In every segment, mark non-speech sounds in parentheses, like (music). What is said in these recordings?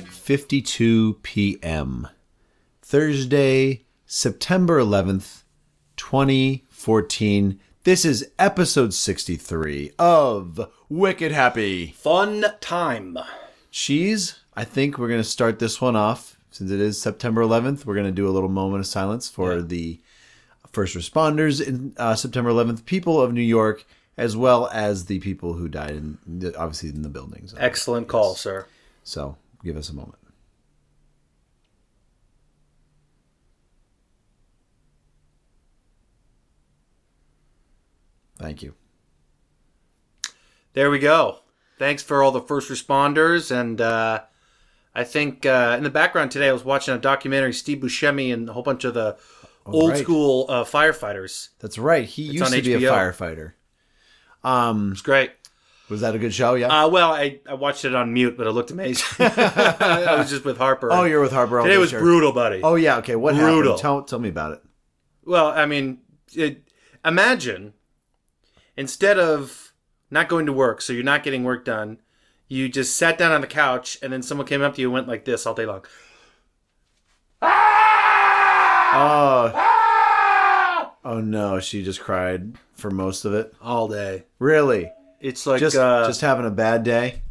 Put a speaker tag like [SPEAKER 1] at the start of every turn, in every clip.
[SPEAKER 1] 8:52 p.m. Thursday, September 11th, 2014. This is episode 63 of Wicked Happy
[SPEAKER 2] Fun time.
[SPEAKER 1] Cheese. I think we're going to start this one off since it is September 11th. We're going to do a little moment of silence for the first responders in uh, September 11th, people of New York, as well as the people who died in the, obviously in the buildings.
[SPEAKER 2] Excellent call, sir.
[SPEAKER 1] So give us a moment. Thank you.
[SPEAKER 2] There we go. Thanks for all the first responders. And uh, I think uh, in the background today, I was watching a documentary, Steve Buscemi and a whole bunch of the old
[SPEAKER 1] right.
[SPEAKER 2] school uh, firefighters.
[SPEAKER 1] That's right. He used
[SPEAKER 2] on
[SPEAKER 1] to be a
[SPEAKER 2] HBO.
[SPEAKER 1] firefighter. Um,
[SPEAKER 2] It's great.
[SPEAKER 1] was that a good show? Yeah.
[SPEAKER 2] Uh, well, I, I watched it on mute, but it looked amazing. (laughs) I was just with Harper.
[SPEAKER 1] (laughs) oh, you're with Harper.
[SPEAKER 2] Uh, Today
[SPEAKER 1] okay,
[SPEAKER 2] was
[SPEAKER 1] sure.
[SPEAKER 2] brutal, buddy.
[SPEAKER 1] Oh yeah. Okay. What
[SPEAKER 2] Brutal.
[SPEAKER 1] happened? Tell tell me about it.
[SPEAKER 2] Well, I mean, it, imagine instead of not going to work, so you're not getting work done, you just sat down on the couch, and then someone came up to you and went like this all day long.
[SPEAKER 1] Oh. Oh no, she just cried for most of it.
[SPEAKER 2] All day.
[SPEAKER 1] Really?
[SPEAKER 2] It's like
[SPEAKER 1] Just
[SPEAKER 2] uh,
[SPEAKER 1] just having a bad day.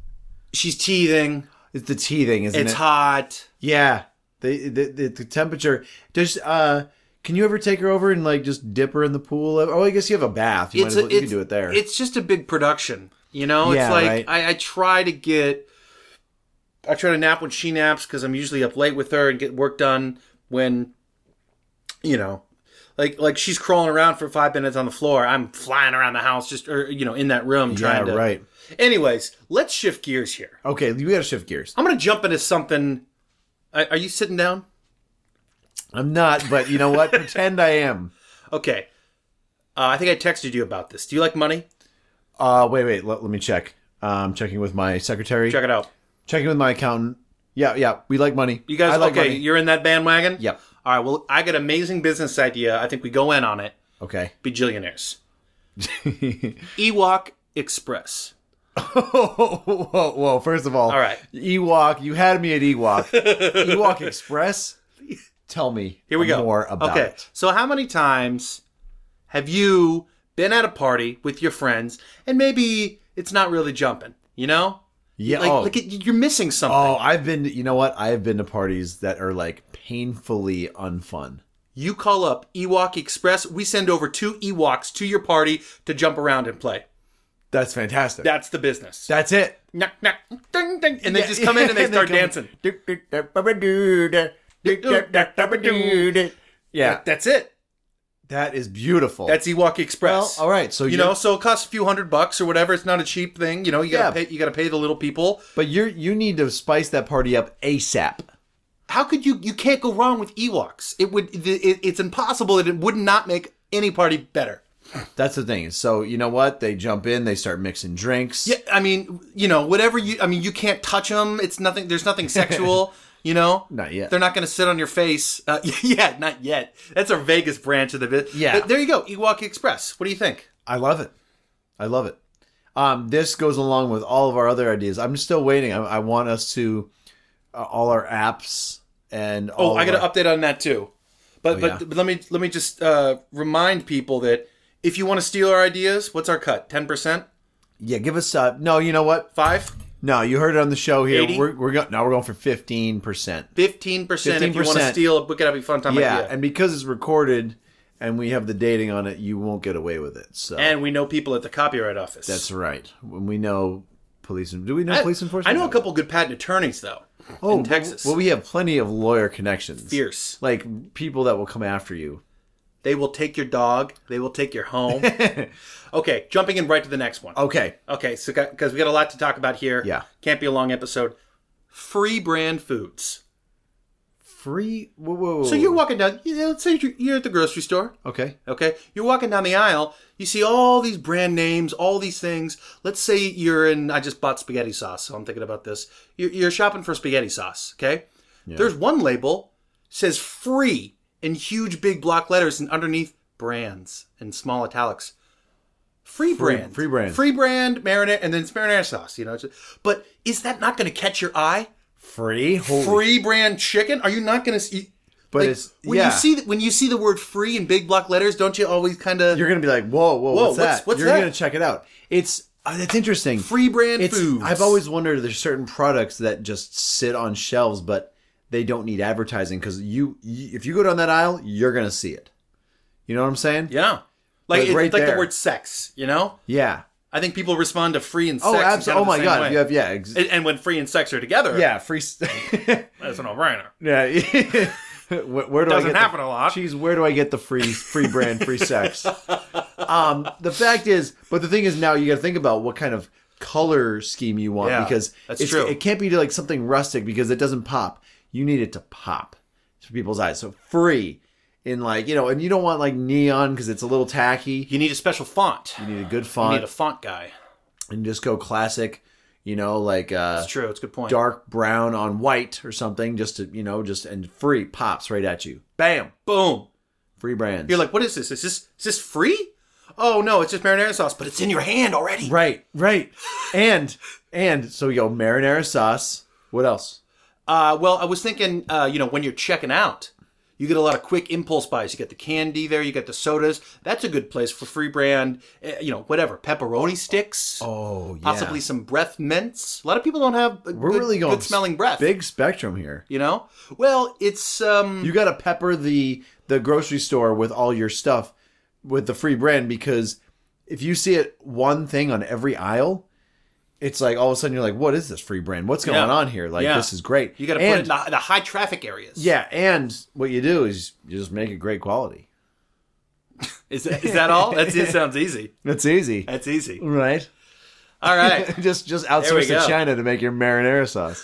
[SPEAKER 2] she's teething.
[SPEAKER 1] It's the teething, isn't
[SPEAKER 2] It's
[SPEAKER 1] it?
[SPEAKER 2] hot.
[SPEAKER 1] Yeah. The, the the the temperature. Just uh, can you ever take her over and like just dip her in the pool? Oh, I guess you have a bath. You,
[SPEAKER 2] it's
[SPEAKER 1] might as
[SPEAKER 2] a-
[SPEAKER 1] well, you can
[SPEAKER 2] it's-
[SPEAKER 1] do it there.
[SPEAKER 2] It's just a big production, you know.
[SPEAKER 1] Yeah,
[SPEAKER 2] it's like
[SPEAKER 1] right.
[SPEAKER 2] I, I try to get, I try to nap when she naps because I'm usually up late with her and get work done when, you know, like like she's crawling around for five minutes on the floor. I'm flying around the house just or you know in that room
[SPEAKER 1] yeah,
[SPEAKER 2] trying to.
[SPEAKER 1] right.
[SPEAKER 2] Anyways, let's shift gears here.
[SPEAKER 1] Okay, we gotta shift gears.
[SPEAKER 2] I'm gonna jump into something. Are are you sitting down?
[SPEAKER 1] I'm not, but you know what?
[SPEAKER 2] (laughs)
[SPEAKER 1] Pretend I am.
[SPEAKER 2] Okay. Uh, I think I texted you about this. Do you like money?
[SPEAKER 1] Uh, wait, wait. Let, let me check. Um, checking with my secretary.
[SPEAKER 2] Check it out.
[SPEAKER 1] Checking with my accountant. Yeah, yeah. We like money.
[SPEAKER 2] You guys
[SPEAKER 1] I like
[SPEAKER 2] okay?
[SPEAKER 1] money.
[SPEAKER 2] You're in that bandwagon.
[SPEAKER 1] Yep.
[SPEAKER 2] All right. Well, I got an amazing business idea. I think we go in on it.
[SPEAKER 1] Okay. (laughs)
[SPEAKER 2] Bajillionaires. Ewok Express.
[SPEAKER 1] whoa, whoa, whoa. First of all,
[SPEAKER 2] All right.
[SPEAKER 1] Ewok, you had me at Ewok.
[SPEAKER 2] (laughs)
[SPEAKER 1] Ewok Express. Tell me.
[SPEAKER 2] Here we go.
[SPEAKER 1] More about
[SPEAKER 2] okay.
[SPEAKER 1] it.
[SPEAKER 2] So, how many times have you been at a party with your friends and maybe it's not really jumping? You know,
[SPEAKER 1] Yeah.
[SPEAKER 2] like,
[SPEAKER 1] oh.
[SPEAKER 2] like it, you're missing something.
[SPEAKER 1] oh, I've been. You know what? I've been to parties that are like painfully unfun.
[SPEAKER 2] You call up Ewok Express. We send over two Ewoks to your party to jump around and play.
[SPEAKER 1] That's fantastic.
[SPEAKER 2] That's the business.
[SPEAKER 1] That's it.
[SPEAKER 2] knock knock, ding ding, and they just come in
[SPEAKER 1] (laughs)
[SPEAKER 2] and they start dancing.
[SPEAKER 1] dancing. Yeah,
[SPEAKER 2] That's it.
[SPEAKER 1] that is beautiful.
[SPEAKER 2] That's Ewok Express.
[SPEAKER 1] well, all right. So
[SPEAKER 2] you know, so it costs a few hundred bucks or whatever. It's not a cheap thing. You know, you gotta
[SPEAKER 1] Yeah.
[SPEAKER 2] pay. You gotta pay the little people.
[SPEAKER 1] but you you need to spice that party up asap.
[SPEAKER 2] How could you? You can't go wrong with Ewoks. It would. the- It, it's impossible that it would not make any party better.
[SPEAKER 1] That's the thing. So you know what? They jump in. They start mixing drinks.
[SPEAKER 2] Yeah, I mean, you know, whatever you. I mean, you can't touch them. It's nothing. There's nothing
[SPEAKER 1] (laughs)
[SPEAKER 2] sexual. You know,
[SPEAKER 1] Not yet.
[SPEAKER 2] They're not going to sit on your face. Uh, (laughs) yeah, not yet. That's our Vegas branch of the bit.
[SPEAKER 1] Yeah.
[SPEAKER 2] But there you go. Ewok Express. What do you think?
[SPEAKER 1] I love it. I love it. Um, this goes along with all of our other ideas. I'm still waiting. I, I want us to uh, all our apps and
[SPEAKER 2] Oh,
[SPEAKER 1] all
[SPEAKER 2] I
[SPEAKER 1] of
[SPEAKER 2] got
[SPEAKER 1] our-
[SPEAKER 2] an update on that too. But but,
[SPEAKER 1] Oh, yeah.
[SPEAKER 2] but let me let me just uh, remind people that if you want to steal our ideas, what's our cut? Ten percent,
[SPEAKER 1] yeah. Give us uh, no. You know what?
[SPEAKER 2] five,
[SPEAKER 1] No, you heard it on the show here.
[SPEAKER 2] 80?
[SPEAKER 1] We're we're going now we're going for fifteen percent.
[SPEAKER 2] fifteen percent. If you want to
[SPEAKER 1] 15%.
[SPEAKER 2] steal a book, it up be fun time
[SPEAKER 1] Yeah,
[SPEAKER 2] idea. And,
[SPEAKER 1] and because it's recorded and we have the dating on it, you won't get away with it. So
[SPEAKER 2] we know people at the copyright office.
[SPEAKER 1] that's right. When we know police, do we know
[SPEAKER 2] I-
[SPEAKER 1] police enforcement?
[SPEAKER 2] I know a couple good patent attorneys though.
[SPEAKER 1] oh,
[SPEAKER 2] in Texas.
[SPEAKER 1] Well, we have plenty of lawyer connections.
[SPEAKER 2] Fierce.
[SPEAKER 1] Like people that will come after you. (laughs)
[SPEAKER 2] They will take your dog. They will take your home. okay, jumping in right to the next one.
[SPEAKER 1] Okay.
[SPEAKER 2] Okay, so because we got a lot to talk about here.
[SPEAKER 1] Oh. Yeah.
[SPEAKER 2] Can't be a long episode. Free brand foods.
[SPEAKER 1] Free. Whoa, whoa, whoa.
[SPEAKER 2] So you're walking down. You know, let's say you're, you're at the grocery store.
[SPEAKER 1] Okay.
[SPEAKER 2] Okay, you're walking down the aisle, you see all these brand names, all these things. Let's say you're in, I just bought spaghetti sauce, so I'm thinking about this. You're, you're shopping for spaghetti sauce, okay? There's one label says free in huge big block letters, and underneath brands in small italics. Free brand,
[SPEAKER 1] free brand.
[SPEAKER 2] free brand marinara, and then it's marinara sauce. You know, it's- but is that not going to catch your eye?
[SPEAKER 1] Free? Holy.
[SPEAKER 2] Free brand chicken? Are you not going to eat?
[SPEAKER 1] But
[SPEAKER 2] like,
[SPEAKER 1] it's.
[SPEAKER 2] when
[SPEAKER 1] yeah.
[SPEAKER 2] you see the, when you see the word free in big block letters, don't you always kind of
[SPEAKER 1] You're going to be like, whoa, whoa, what's,
[SPEAKER 2] what's-
[SPEAKER 1] that?
[SPEAKER 2] what's
[SPEAKER 1] You're
[SPEAKER 2] that?
[SPEAKER 1] going to check it out. It's. Uh, that's interesting.
[SPEAKER 2] free brand
[SPEAKER 1] It's,
[SPEAKER 2] food?
[SPEAKER 1] I've always wondered if there's certain products that just sit on shelves, but they don't need advertising because you, you, if you go down that aisle, you're gonna see it. You know what I'm saying?
[SPEAKER 2] yeah, like
[SPEAKER 1] Like,
[SPEAKER 2] it's
[SPEAKER 1] right
[SPEAKER 2] like the
[SPEAKER 1] there.
[SPEAKER 2] word sex. You know,
[SPEAKER 1] Yeah.
[SPEAKER 2] I think people respond to free and sex.
[SPEAKER 1] Oh,
[SPEAKER 2] in kind
[SPEAKER 1] absolutely.
[SPEAKER 2] of
[SPEAKER 1] Oh my
[SPEAKER 2] the same
[SPEAKER 1] god.
[SPEAKER 2] way.
[SPEAKER 1] You have yeah. Ex-
[SPEAKER 2] and, and when free and sex are together,
[SPEAKER 1] yeah. Free. s- (laughs)
[SPEAKER 2] that's an all-brainer.
[SPEAKER 1] yeah. where, where do I
[SPEAKER 2] Doesn't
[SPEAKER 1] get the-
[SPEAKER 2] happen a lot.
[SPEAKER 1] Jeez, where do I get the free free brand, free sex? um, the fact is, but the thing is, now you got to think about what kind of color scheme you want
[SPEAKER 2] Yeah,
[SPEAKER 1] because
[SPEAKER 2] that's
[SPEAKER 1] it's,
[SPEAKER 2] true.
[SPEAKER 1] it can't be like something rustic because it doesn't pop. You need it to pop to people's eyes. So free in like you know, and you don't want like neon because it's a little tacky.
[SPEAKER 2] You need a special font.
[SPEAKER 1] You need a good
[SPEAKER 2] You
[SPEAKER 1] font
[SPEAKER 2] need a font guy.
[SPEAKER 1] and just go classic. You know, like uh,
[SPEAKER 2] That's true. It's a good point.
[SPEAKER 1] dark brown on white or something, just to you know, just and free pops right at you. Bam,
[SPEAKER 2] Boom.
[SPEAKER 1] free brands.
[SPEAKER 2] You're like, what is this? Is this is this free? Oh no, it's just marinara sauce, but it's in your hand already.
[SPEAKER 1] Right, right. And and so yo marinara sauce. What else?
[SPEAKER 2] Uh, well, I was thinking, uh, you know, when you're checking out, you get a lot of quick impulse buys. You get the candy there, you get the sodas. That's a good place for free brand, eh, you know, whatever. Pepperoni sticks,
[SPEAKER 1] Oh, yeah.
[SPEAKER 2] possibly some breath mints. A lot of people don't have a
[SPEAKER 1] We're
[SPEAKER 2] good,
[SPEAKER 1] really going
[SPEAKER 2] good smelling breath.
[SPEAKER 1] Big spectrum here.
[SPEAKER 2] You know? Well, it's um
[SPEAKER 1] You got to pepper the the grocery store with all your stuff with the free brand because if you see it one thing on every aisle, it's like all of a sudden you're like, what is this free brand? What's going
[SPEAKER 2] Yeah.
[SPEAKER 1] on here? Like
[SPEAKER 2] Yeah.
[SPEAKER 1] this is great.
[SPEAKER 2] you got to put
[SPEAKER 1] And-
[SPEAKER 2] it in the, the high traffic areas.
[SPEAKER 1] yeah, and what you do is you just make it great quality.
[SPEAKER 2] Is that, is that all?
[SPEAKER 1] (laughs)
[SPEAKER 2] That's, it sounds easy.
[SPEAKER 1] That's easy,
[SPEAKER 2] That's easy.
[SPEAKER 1] right? (laughs)
[SPEAKER 2] All right.
[SPEAKER 1] just just
[SPEAKER 2] we
[SPEAKER 1] outsource
[SPEAKER 2] go.
[SPEAKER 1] to China to make your marinara sauce.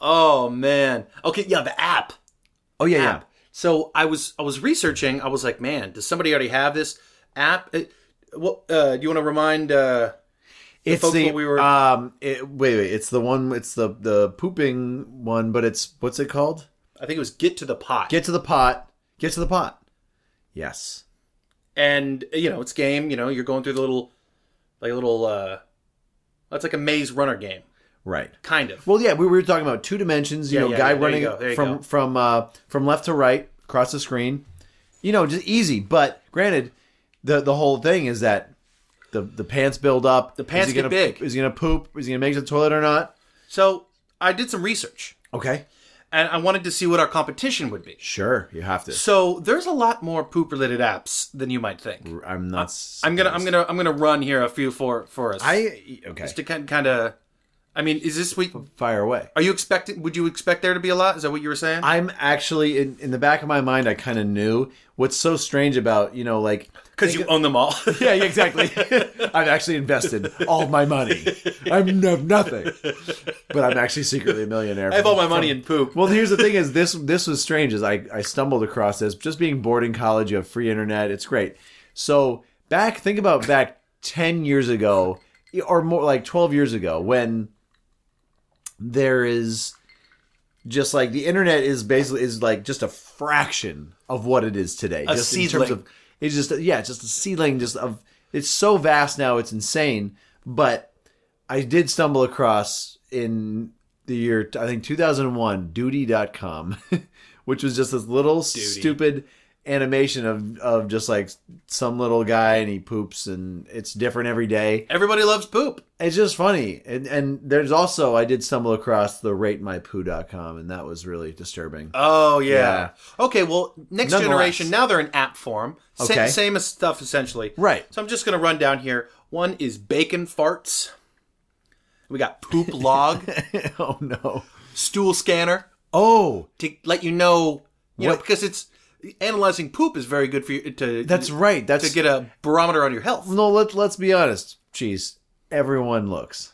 [SPEAKER 2] Oh man. Okay, yeah, the app.
[SPEAKER 1] Oh yeah, yeah.
[SPEAKER 2] app. So I was I was researching. I was like, man, does somebody already have this app? It, what uh, do you want to remind? Uh,
[SPEAKER 1] it's
[SPEAKER 2] folks
[SPEAKER 1] the
[SPEAKER 2] what we were-
[SPEAKER 1] um it, wait wait it's the one it's the the pooping one but it's what's it called
[SPEAKER 2] I think it was Get to the Pot.
[SPEAKER 1] get to the pot get to the pot yes
[SPEAKER 2] and you know it's game. You know you're going through the little like a little. uh That's like a maze runner game,
[SPEAKER 1] right
[SPEAKER 2] kind of.
[SPEAKER 1] well yeah we were talking about two dimensions you
[SPEAKER 2] Yeah,
[SPEAKER 1] know
[SPEAKER 2] yeah,
[SPEAKER 1] guy
[SPEAKER 2] yeah, there you
[SPEAKER 1] running
[SPEAKER 2] go, there you
[SPEAKER 1] from
[SPEAKER 2] go.
[SPEAKER 1] from uh from left to right across the screen you know just easy but granted the the whole thing is that the the pants build up the
[SPEAKER 2] pants
[SPEAKER 1] is he
[SPEAKER 2] get
[SPEAKER 1] gonna,
[SPEAKER 2] big.
[SPEAKER 1] is he gonna poop is he gonna make it to the toilet or not
[SPEAKER 2] So I did some research,
[SPEAKER 1] okay
[SPEAKER 2] and I wanted to see what our competition would be.
[SPEAKER 1] sure you have to
[SPEAKER 2] So there's a lot more poop related apps than you might think.
[SPEAKER 1] i'm not
[SPEAKER 2] I'm gonna I'm gonna I'm gonna run here a few for for us
[SPEAKER 1] i okay
[SPEAKER 2] to kind of. I mean, is this what
[SPEAKER 1] fire away
[SPEAKER 2] Are you expecting? Would you expect there to be a lot? Is that what you were saying?
[SPEAKER 1] I'm actually in, in the back of my mind. I kind of knew what's so strange about you know
[SPEAKER 2] (laughs)
[SPEAKER 1] like
[SPEAKER 2] Because you own them all.
[SPEAKER 1] yeah yeah, exactly. (laughs) I've actually invested all of my money. I'm no, nothing, but I'm actually secretly a millionaire.
[SPEAKER 2] I have all my money in poop.
[SPEAKER 1] Well, here's the thing: is this this was strange. Is I I stumbled across this just being bored in college. You have free internet. It's great. So back, think about back ten years ago, or more like twelve years ago, when there is just like the internet is basically is like just a fraction of what it is today.
[SPEAKER 2] A
[SPEAKER 1] just
[SPEAKER 2] seedling.
[SPEAKER 1] of it's just yeah, it's just a seedling. Just of it's so vast now, it's insane. But I did stumble across in the year I think 2001 duty.com (laughs) which was just this little stupid animation of of just like some little guy and he poops and it's different every day.
[SPEAKER 2] Everybody loves poop.
[SPEAKER 1] It's just funny. And and there's also I did stumble across the ratemypoo.com and that was really disturbing.
[SPEAKER 2] Oh yeah.
[SPEAKER 1] Yeah.
[SPEAKER 2] Okay. Well, next
[SPEAKER 1] Nonetheless.
[SPEAKER 2] generation. Now they're in app form. Sa-
[SPEAKER 1] Okay.
[SPEAKER 2] Same as stuff essentially.
[SPEAKER 1] Right.
[SPEAKER 2] So I'm just gonna run down here. One is bacon farts. We got poop log,
[SPEAKER 1] (laughs) oh no.
[SPEAKER 2] stool scanner
[SPEAKER 1] Oh,
[SPEAKER 2] to let you know. You know
[SPEAKER 1] What-
[SPEAKER 2] because it's analyzing poop is very good for you to
[SPEAKER 1] that's right. That's
[SPEAKER 2] to get a barometer on your health.
[SPEAKER 1] No, let let's be honest. Jeez, everyone looks.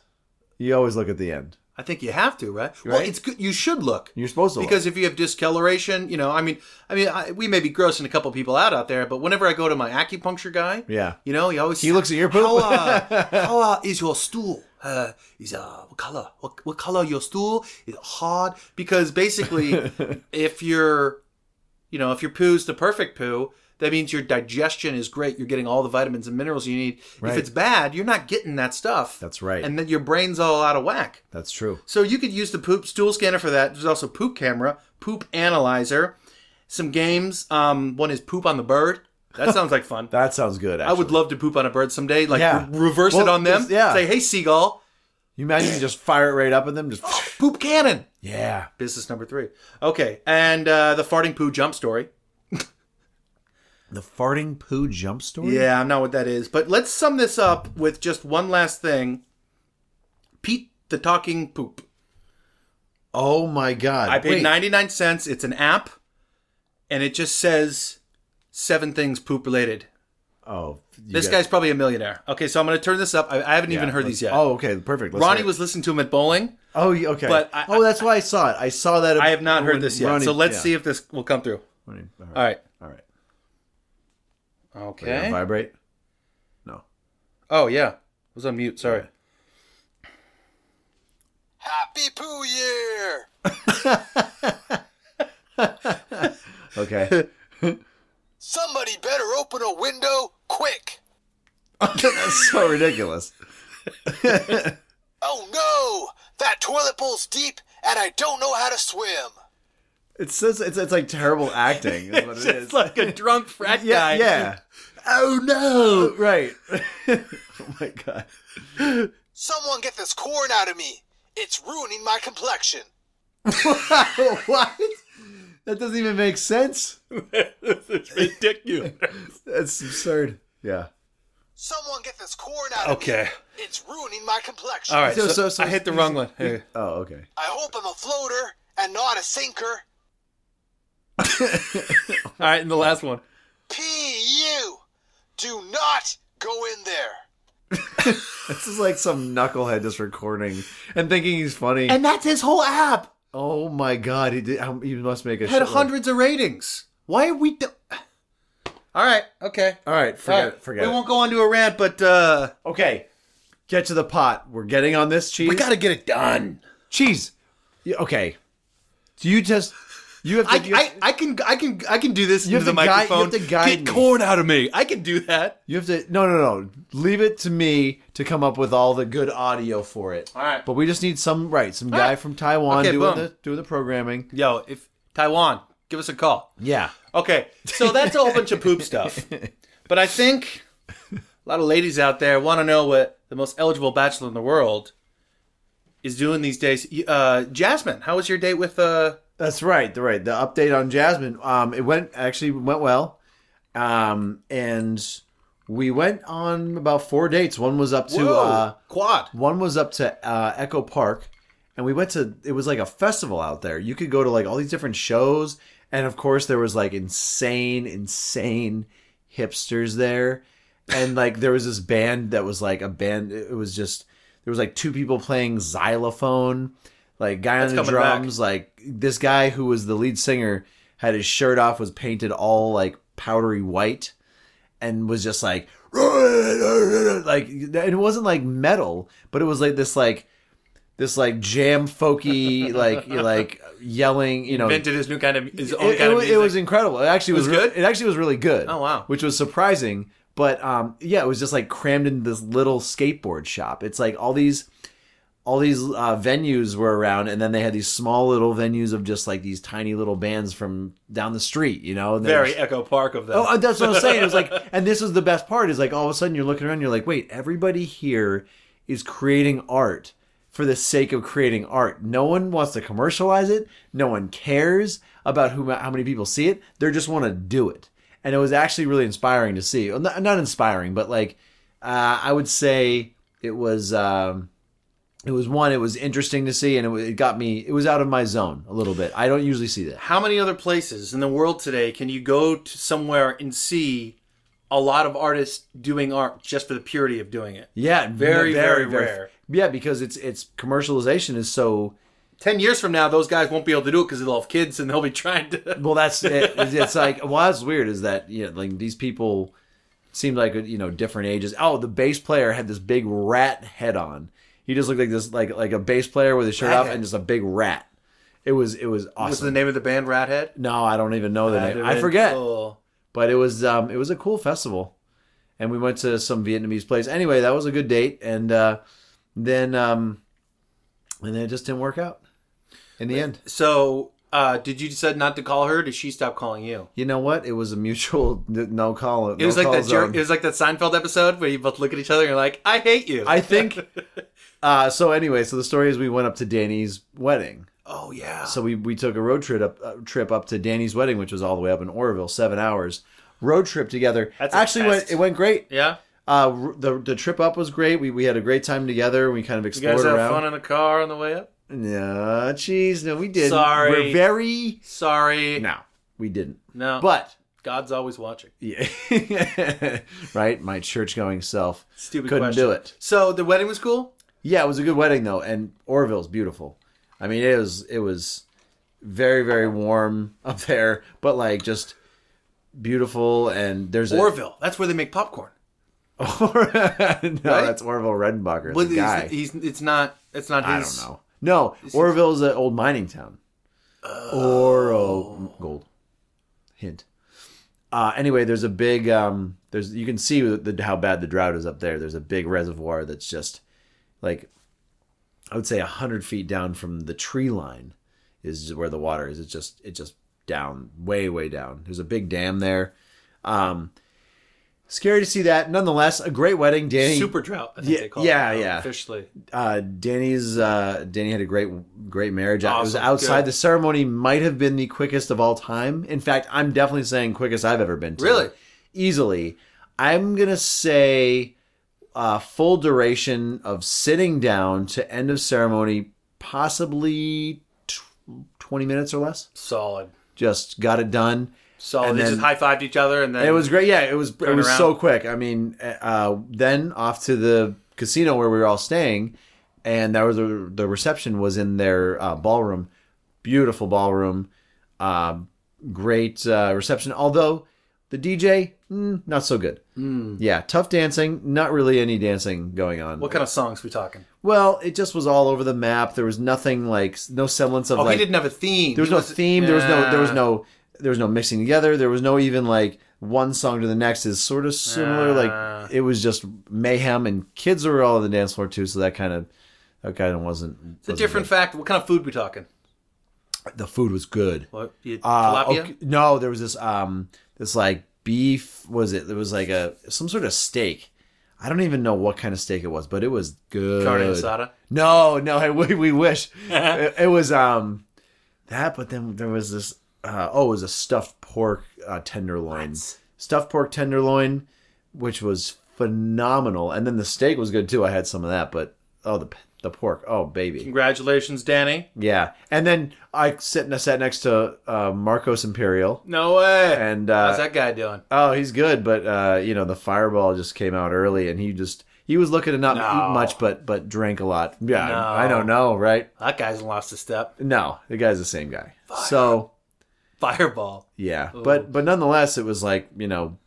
[SPEAKER 1] You always look at the end.
[SPEAKER 2] I think you have to, right? Well,
[SPEAKER 1] Right.
[SPEAKER 2] it's good. You should look.
[SPEAKER 1] You're supposed to look.
[SPEAKER 2] because if you have discoloration, you know, I mean, I mean, I, we may be grossing a couple people out out there, but whenever I go to my acupuncture guy,
[SPEAKER 1] Yeah.
[SPEAKER 2] you know, he always
[SPEAKER 1] He looks at your poop? (laughs)
[SPEAKER 2] How, uh, how uh, is your stool? Uh, is uh, what color? What, what color your stool? Is it hard?
[SPEAKER 1] (laughs)
[SPEAKER 2] Because basically, if you're, you know, if your poo's the perfect poo, That means your digestion is great. You're getting all the vitamins and minerals you need. If it's bad, you're not getting that stuff.
[SPEAKER 1] That's right.
[SPEAKER 2] And then your brain's all out of whack.
[SPEAKER 1] That's true.
[SPEAKER 2] So you could use the poop stool scanner for that. There's also poop camera, poop analyzer, some games. Um, one is poop on the bird. That sounds like (laughs) fun.
[SPEAKER 1] That sounds good.
[SPEAKER 2] I would
[SPEAKER 1] actually.
[SPEAKER 2] love to poop on a bird someday. Like
[SPEAKER 1] Yeah.
[SPEAKER 2] re- reverse
[SPEAKER 1] Well,
[SPEAKER 2] it on them.
[SPEAKER 1] this- yeah.
[SPEAKER 2] Say, hey seagull,
[SPEAKER 1] You imagine you just fire it right up at them. Just (gasps)
[SPEAKER 2] poop cannon.
[SPEAKER 1] yeah.
[SPEAKER 2] Business number three. Okay, and uh, the farting poo jump story.
[SPEAKER 1] The farting poo jump story.
[SPEAKER 2] Yeah, I'm not what that is, but let's sum this up with just one last thing. Pete the talking poop.
[SPEAKER 1] Oh my god.
[SPEAKER 2] I paid
[SPEAKER 1] Wait.
[SPEAKER 2] 99 cents. It's an app, and it just says seven things poop related.
[SPEAKER 1] Oh, you
[SPEAKER 2] This
[SPEAKER 1] got-
[SPEAKER 2] guy's probably a millionaire. Okay, so I'm going to turn this up. I, I haven't even heard these yet.
[SPEAKER 1] Oh, okay, perfect. Let's
[SPEAKER 2] Ronnie
[SPEAKER 1] hear it.
[SPEAKER 2] was listening to him at bowling.
[SPEAKER 1] Oh, yeah, okay.
[SPEAKER 2] but I-
[SPEAKER 1] oh, that's why I saw it. I saw that.
[SPEAKER 2] I have not heard
[SPEAKER 1] when
[SPEAKER 2] this yet.
[SPEAKER 1] Ronnie-
[SPEAKER 2] so let's
[SPEAKER 1] yeah.
[SPEAKER 2] see if this will come through.
[SPEAKER 1] Ronnie- all right.
[SPEAKER 2] All right.
[SPEAKER 1] All right. Did it
[SPEAKER 2] Okay.
[SPEAKER 1] Vibrate. No.
[SPEAKER 2] Oh yeah, it was on mute. Sorry.
[SPEAKER 3] Happy Poo Year!
[SPEAKER 2] (laughs)
[SPEAKER 1] Okay. (laughs)
[SPEAKER 3] Somebody better open a window quick!
[SPEAKER 1] that's so ridiculous.
[SPEAKER 3] Oh no! That toilet bowl's deep and I don't know how to swim!
[SPEAKER 1] It says it's, it's like terrible acting. Is what it
[SPEAKER 2] (laughs)
[SPEAKER 1] is.
[SPEAKER 2] It's like a drunk frat
[SPEAKER 1] (laughs) yeah.
[SPEAKER 2] guy.
[SPEAKER 1] Yeah. Oh no!
[SPEAKER 2] (laughs)
[SPEAKER 1] (laughs) Right. oh my god. (laughs)
[SPEAKER 3] Someone get this corn out of me! It's ruining my complexion!
[SPEAKER 1] what? That doesn't even make sense.
[SPEAKER 2] it's ridiculous.
[SPEAKER 1] That's absurd. Yeah.
[SPEAKER 3] Someone get this corn out of me!
[SPEAKER 2] okay.
[SPEAKER 3] It's ruining my complexion!
[SPEAKER 2] All right.
[SPEAKER 1] So-
[SPEAKER 2] So,
[SPEAKER 1] so- so-
[SPEAKER 2] I hit the wrong one. Hey.
[SPEAKER 1] Oh, okay. (laughs)
[SPEAKER 3] I hope I'm a floater and not a sinker!
[SPEAKER 2] All right, and the last one.
[SPEAKER 3] P.U. Do not go in there!
[SPEAKER 1] This is like some knucklehead just recording and thinking he's funny.
[SPEAKER 2] And that's his whole app.
[SPEAKER 1] oh my god, he did. how- He must make a
[SPEAKER 2] Had
[SPEAKER 1] shitload.
[SPEAKER 2] hundreds of ratings. Why are we? Do- All right. Okay.
[SPEAKER 1] All right, forget,
[SPEAKER 2] All right.
[SPEAKER 1] it, forget.
[SPEAKER 2] We
[SPEAKER 1] it.
[SPEAKER 2] won't go on to a rant, but uh,
[SPEAKER 1] Okay, get to the pot. We're getting on this cheese.
[SPEAKER 2] we got to get it done.
[SPEAKER 1] cheese. Yeah, okay, do you just you have to?
[SPEAKER 2] I,
[SPEAKER 1] you,
[SPEAKER 2] I, I can I can I can do this
[SPEAKER 1] You
[SPEAKER 2] into the
[SPEAKER 1] have to guide- you
[SPEAKER 2] microphone.
[SPEAKER 1] have to guide
[SPEAKER 2] Get
[SPEAKER 1] me.
[SPEAKER 2] corn out of me. I can do that.
[SPEAKER 1] you have to. No, no, no. Leave it to me to come up with all the good audio for it. All
[SPEAKER 2] right.
[SPEAKER 1] but we just need some right, some guy
[SPEAKER 2] right.
[SPEAKER 1] from Taiwan
[SPEAKER 2] Okay,
[SPEAKER 1] doing
[SPEAKER 2] boom.
[SPEAKER 1] the doing the programming.
[SPEAKER 2] Yo, if Taiwan, give us a call.
[SPEAKER 1] Yeah,
[SPEAKER 2] Okay, so that's a whole bunch of poop
[SPEAKER 1] (laughs)
[SPEAKER 2] stuff. But I think a lot of ladies out there want to know what the most eligible bachelor in the world is doing these days. You- Uh, Jasmine, how was your date with? Uh,
[SPEAKER 1] that's right. The right the update on Jasmine. Um, it went actually went well. Um, and we went on about four dates. One was up to uh
[SPEAKER 2] quad.
[SPEAKER 1] One was up to uh, Echo Park, and we went to. It was like a festival out there. You could go to like all these different shows, and of course there was like insane, insane hipsters there, and like there was this band that was like a band. It was just there was like two people playing xylophone, like guy on the
[SPEAKER 2] coming back.
[SPEAKER 1] drums, like this guy who was the lead singer had his shirt off, was painted all like powdery white and was just like (laughs) like and it wasn't like metal but it was like this like this like jam folky
[SPEAKER 2] (laughs)
[SPEAKER 1] like like yelling you know
[SPEAKER 2] Invented his new kind of his own
[SPEAKER 1] it,
[SPEAKER 2] kind
[SPEAKER 1] it
[SPEAKER 2] of
[SPEAKER 1] was-
[SPEAKER 2] music.
[SPEAKER 1] it was incredible it actually was,
[SPEAKER 2] was
[SPEAKER 1] re-
[SPEAKER 2] good?
[SPEAKER 1] it actually was really good
[SPEAKER 2] Oh, wow.
[SPEAKER 1] which was surprising but um yeah it was just like crammed into this little skateboard shop it's like all these all these uh, venues were around and then they had these small little venues of just like these tiny little bands from down the street you know and there
[SPEAKER 2] very
[SPEAKER 1] was-
[SPEAKER 2] Echo Park of them.
[SPEAKER 1] Oh, that's what I'm saying. It was like, and this is the best part is like all of a sudden you're looking around, you're like, wait, everybody here is creating art for the sake of creating art. No one wants to commercialize it. No one cares about who, how many people see it. They just want to do it. And it was actually really inspiring to see. Well, Not, not inspiring, but like, uh, I would say it was, um, it was one, it was interesting to see, and it, wa- it got me, it was out of my zone a little bit. I don't usually see that.
[SPEAKER 2] how many other places in the world today can you go to somewhere and see a lot of artists doing art just for the purity of doing it?
[SPEAKER 1] Yeah,
[SPEAKER 2] Very, very rare.
[SPEAKER 1] Yeah, because it's it's commercialization is so
[SPEAKER 2] Ten years from now, those guys won't be able to do it because they'll have kids and they'll be (laughs) trying to.
[SPEAKER 1] well. That's (laughs) it, it's like well, that's weird. Is that you know like these people seemed like you know different ages. Oh, the bass player had this big rat head on. He just looked like this like like a bass player with his shirt
[SPEAKER 2] Rat
[SPEAKER 1] off
[SPEAKER 2] head.
[SPEAKER 1] and just a big rat. It was it was awesome.
[SPEAKER 2] What's the name of the band? Rathead.
[SPEAKER 1] no, I don't even know the name. I forget.
[SPEAKER 2] Oh.
[SPEAKER 1] But it was um, it was a cool festival, and we went to some Vietnamese place. Anyway, that was a good date, and uh, then um, and then it just didn't work out in the end.
[SPEAKER 2] So, uh, did you decide not to call her? Or did she stop calling you?
[SPEAKER 1] You know what? It was a mutual (laughs) n- no um, call.
[SPEAKER 2] It was like that. Jer- it was like that Seinfeld episode where you both look at each other and you're like, "I hate you."
[SPEAKER 1] I
[SPEAKER 2] (laughs)
[SPEAKER 1] think. Uh, so anyway, so the story is we went up to Danny's wedding.
[SPEAKER 2] oh yeah.
[SPEAKER 1] So we, we took a road trip up uh, trip up to Danny's wedding, which was all the way up in Oroville, seven hours road trip together.
[SPEAKER 2] That's a
[SPEAKER 1] Actually,
[SPEAKER 2] test.
[SPEAKER 1] went, it went great.
[SPEAKER 2] yeah.
[SPEAKER 1] Uh, r- the the trip up was great. We we had a great time together. We kind of
[SPEAKER 2] You
[SPEAKER 1] explored
[SPEAKER 2] guys have
[SPEAKER 1] around.
[SPEAKER 2] fun in the car on the way up.
[SPEAKER 1] No, jeez, no, we didn't.
[SPEAKER 2] Sorry.
[SPEAKER 1] we're very
[SPEAKER 2] Sorry.
[SPEAKER 1] no, we didn't.
[SPEAKER 2] No.
[SPEAKER 1] But
[SPEAKER 2] God's always watching.
[SPEAKER 1] yeah, (laughs) right, my church going self
[SPEAKER 2] Stupid
[SPEAKER 1] couldn't
[SPEAKER 2] question.
[SPEAKER 1] do it.
[SPEAKER 2] So the wedding was cool.
[SPEAKER 1] Yeah, it was a good wedding though, and Orville's beautiful. I mean, it was it was very very warm up there, but like just beautiful. And there's (laughs)
[SPEAKER 2] Orville. That's where they make popcorn.
[SPEAKER 1] a no, that's Orville Redenbacher.
[SPEAKER 2] But
[SPEAKER 1] It's a guy.
[SPEAKER 2] he's, he's it's not it's not
[SPEAKER 1] I
[SPEAKER 2] his.
[SPEAKER 1] don't know. No, Orville's an old mining town. Oro gold. Hint. Uh, anyway, there's a big um, there's you can see the, the, how bad the drought is up there. There's a big reservoir that's just like I would say hundred feet down from the tree line is where the water is. It's just it's just down way way down. There's a big dam there. Um, scary to see that. Nonetheless, a great wedding. Danny
[SPEAKER 2] Super drought. I think
[SPEAKER 1] Yeah,
[SPEAKER 2] they call
[SPEAKER 1] yeah,
[SPEAKER 2] it.
[SPEAKER 1] yeah.
[SPEAKER 2] Officially.
[SPEAKER 1] uh, Danny's uh, Danny had a great great marriage. It was
[SPEAKER 2] Awesome.
[SPEAKER 1] outside
[SPEAKER 2] Good.
[SPEAKER 1] the ceremony might have been the quickest of all time. In fact, I'm definitely saying quickest I've ever been to.
[SPEAKER 2] Really?
[SPEAKER 1] Easily. I'm gonna say uh, full duration of sitting down to end of ceremony, possibly tw- 20 minutes or less.
[SPEAKER 2] Solid.
[SPEAKER 1] Just got it done.
[SPEAKER 2] Solid.
[SPEAKER 1] And
[SPEAKER 2] they
[SPEAKER 1] then-
[SPEAKER 2] just high fived each other and then
[SPEAKER 1] It was great. Yeah, it was. It
[SPEAKER 2] Turn
[SPEAKER 1] was
[SPEAKER 2] around.
[SPEAKER 1] so quick. I mean, uh, then off to the casino where we were all staying, and that was the, the reception was in their uh, ballroom. Beautiful ballroom, uh, great uh, reception. Although the DJ, mm, not so good. Yeah, tough dancing. Not really any dancing going on.
[SPEAKER 2] Hmm. What kind of songs we talking?
[SPEAKER 1] well, it just was all over the map. There was nothing like no semblance of
[SPEAKER 2] Oh,
[SPEAKER 1] like
[SPEAKER 2] he didn't have a theme.
[SPEAKER 1] there was
[SPEAKER 2] He
[SPEAKER 1] no theme. There was no. There was no. There was no mixing together. There was no even like one song to the next is sort of similar.
[SPEAKER 2] Ah.
[SPEAKER 1] like it was just mayhem, and kids were all on the dance floor too. So that kind of that kind of wasn't.
[SPEAKER 2] It's a different fact. What kind of food we talking?
[SPEAKER 1] The food was good.
[SPEAKER 2] What you,
[SPEAKER 1] Uh,
[SPEAKER 2] tilapia?
[SPEAKER 1] okay- no, there was this um this like beef was it? There was like a some sort of steak. I don't even know what kind of steak it was, but it was good.
[SPEAKER 2] Carne asada.
[SPEAKER 1] No, no, (laughs) I- we, we
[SPEAKER 2] (laughs)
[SPEAKER 1] wish it, it was um that, but then there was this uh, oh, it was a stuffed pork uh, tenderloin, stuffed pork tenderloin, which was phenomenal, and then the steak was good too. I had some of that, but oh, the the pork, oh baby,
[SPEAKER 2] Congratulations, Danny.
[SPEAKER 1] yeah, and then I sit and I sat next to uh, Marcos Imperial,
[SPEAKER 2] No way.
[SPEAKER 1] and
[SPEAKER 2] How's
[SPEAKER 1] uh,
[SPEAKER 2] that guy doing?
[SPEAKER 1] oh, he's good, but uh, you know the fireball just came out early, and he just. He was looking to not
[SPEAKER 2] No.
[SPEAKER 1] eat much, but but drank a lot. Yeah,
[SPEAKER 2] No.
[SPEAKER 1] I don't know, right?
[SPEAKER 2] That guy's lost a step.
[SPEAKER 1] No, the guy's the same guy. So (laughs)
[SPEAKER 2] Fireball.
[SPEAKER 1] yeah,
[SPEAKER 2] Oh.
[SPEAKER 1] but but nonetheless, it was like you know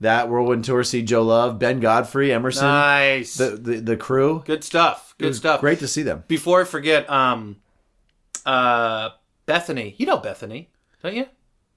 [SPEAKER 1] that whirlwind tour. See Joe Love, Ben Godfrey, Emerson,
[SPEAKER 2] Nice.
[SPEAKER 1] the, the the crew.
[SPEAKER 2] Good stuff.
[SPEAKER 1] It
[SPEAKER 2] Good
[SPEAKER 1] was
[SPEAKER 2] stuff.
[SPEAKER 1] Great to see them.
[SPEAKER 2] Before I forget, um, uh, Bethany. You know Bethany, don't you?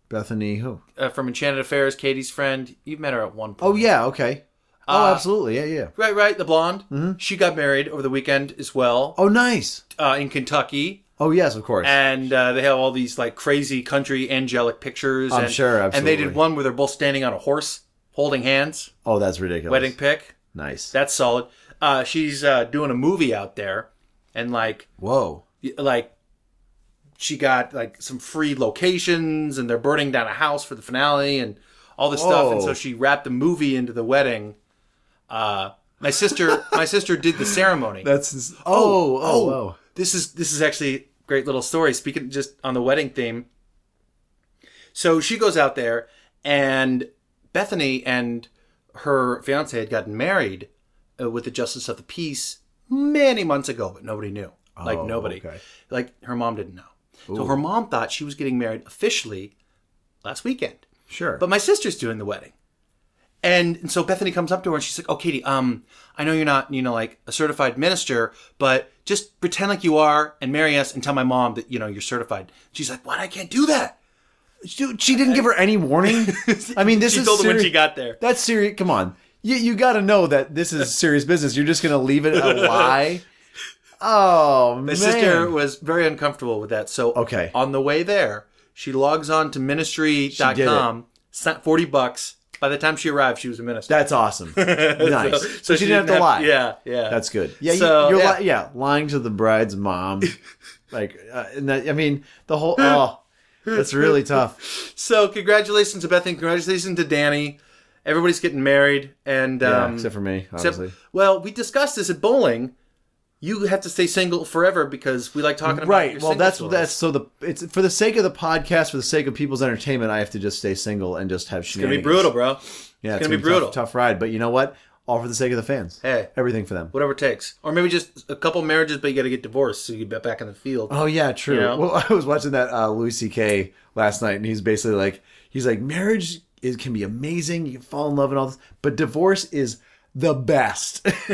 [SPEAKER 1] Bethany, who?
[SPEAKER 2] Uh, from Enchanted Affairs, Katie's friend. You've met her at one point.
[SPEAKER 1] Oh yeah, okay. oh,
[SPEAKER 2] Uh,
[SPEAKER 1] absolutely, yeah, yeah.
[SPEAKER 2] Right, right. The blonde.
[SPEAKER 1] Mm-hmm.
[SPEAKER 2] She got married over the weekend as well
[SPEAKER 1] Oh, nice.
[SPEAKER 2] uh, in Kentucky,
[SPEAKER 1] Oh yes, of course.
[SPEAKER 2] and uh, they have all these like crazy country angelic pictures.
[SPEAKER 1] I'm
[SPEAKER 2] and,
[SPEAKER 1] sure,
[SPEAKER 2] And they
[SPEAKER 1] absolutely.
[SPEAKER 2] did one where they're both standing on a horse, holding hands,
[SPEAKER 1] oh, that's ridiculous.
[SPEAKER 2] wedding pic.
[SPEAKER 1] Nice.
[SPEAKER 2] That's solid. Uh, she's uh, doing a movie out there, and like
[SPEAKER 1] Whoa.
[SPEAKER 2] like she got like some free locations and they're burning down a house for the finale and all this stuff and
[SPEAKER 1] Whoa.
[SPEAKER 2] so she wrapped the movie into the wedding uh my
[SPEAKER 1] (laughs)
[SPEAKER 2] sister my sister did the ceremony
[SPEAKER 1] That's just, oh, oh oh
[SPEAKER 2] this is this is actually a great little story speaking just on the wedding theme so she goes out there and bethany and her fiance had gotten married uh, with the justice of the peace many months ago but nobody knew like
[SPEAKER 1] Oh,
[SPEAKER 2] nobody
[SPEAKER 1] okay.
[SPEAKER 2] like her mom didn't know so her mom thought she was getting married officially last weekend
[SPEAKER 1] Sure.
[SPEAKER 2] but my sister's doing the wedding. And, and so Bethany comes up to her and she's like, "Oh, Katie, um, I know you're not, you know, like a certified minister, but just pretend like you are and marry us and tell my mom that you know you're certified." She's like, "What? I can't do that."
[SPEAKER 1] She, she didn't give her any
[SPEAKER 2] (laughs)
[SPEAKER 1] warning. I mean, this
[SPEAKER 2] She
[SPEAKER 1] is
[SPEAKER 2] told him when
[SPEAKER 1] seri-
[SPEAKER 2] she got there.
[SPEAKER 1] That's serious. Come on, you you got to know that this is serious business. You're just gonna leave it
[SPEAKER 2] (laughs)
[SPEAKER 1] a lie. Oh
[SPEAKER 2] My
[SPEAKER 1] man,
[SPEAKER 2] sister was very uncomfortable with that. So
[SPEAKER 1] Okay.
[SPEAKER 2] on the way there, she logs on to
[SPEAKER 1] did
[SPEAKER 2] ministry.com, sent 40 bucks. By the time she arrived, she was a minister.
[SPEAKER 1] that's
[SPEAKER 2] (laughs)
[SPEAKER 1] awesome. nice. So, she, didn't have to lie.
[SPEAKER 2] Yeah, yeah.
[SPEAKER 1] That's good. Yeah,
[SPEAKER 2] So,
[SPEAKER 1] you, you're
[SPEAKER 2] yeah.
[SPEAKER 1] yeah. Li- yeah, lying to the bride's
[SPEAKER 2] (laughs)
[SPEAKER 1] mom. like, uh, and that, I mean, the whole oh, that's really tough.
[SPEAKER 2] So congratulations to Bethany. Congratulations to Danny. Everybody's getting married. And
[SPEAKER 1] Yeah,
[SPEAKER 2] um,
[SPEAKER 1] except for me,
[SPEAKER 2] except-
[SPEAKER 1] obviously.
[SPEAKER 2] well, we discussed this at bowling. You have to stay single forever because we like talking about
[SPEAKER 1] Right.
[SPEAKER 2] your
[SPEAKER 1] Well,
[SPEAKER 2] single
[SPEAKER 1] that's
[SPEAKER 2] stories.
[SPEAKER 1] that's so the it's for the sake of the podcast, for the sake of people's entertainment, I have to just stay single and just have
[SPEAKER 2] It's gonna
[SPEAKER 1] shenanigans.
[SPEAKER 2] be brutal, bro.
[SPEAKER 1] Yeah,
[SPEAKER 2] It's gonna be brutal.
[SPEAKER 1] tough, tough ride. But you know what? All for the sake of the fans.
[SPEAKER 2] Hey.
[SPEAKER 1] everything for them.
[SPEAKER 2] Whatever it takes, or maybe just a couple marriages, but you got to get divorced so you get back in the field.
[SPEAKER 1] Oh yeah, true.
[SPEAKER 2] You know?
[SPEAKER 1] Well, (laughs) I was watching that uh, Louis C.K. last night, and he's basically like, he's like, marriage is can be amazing. You can fall in love and all this, but divorce is the best. (laughs)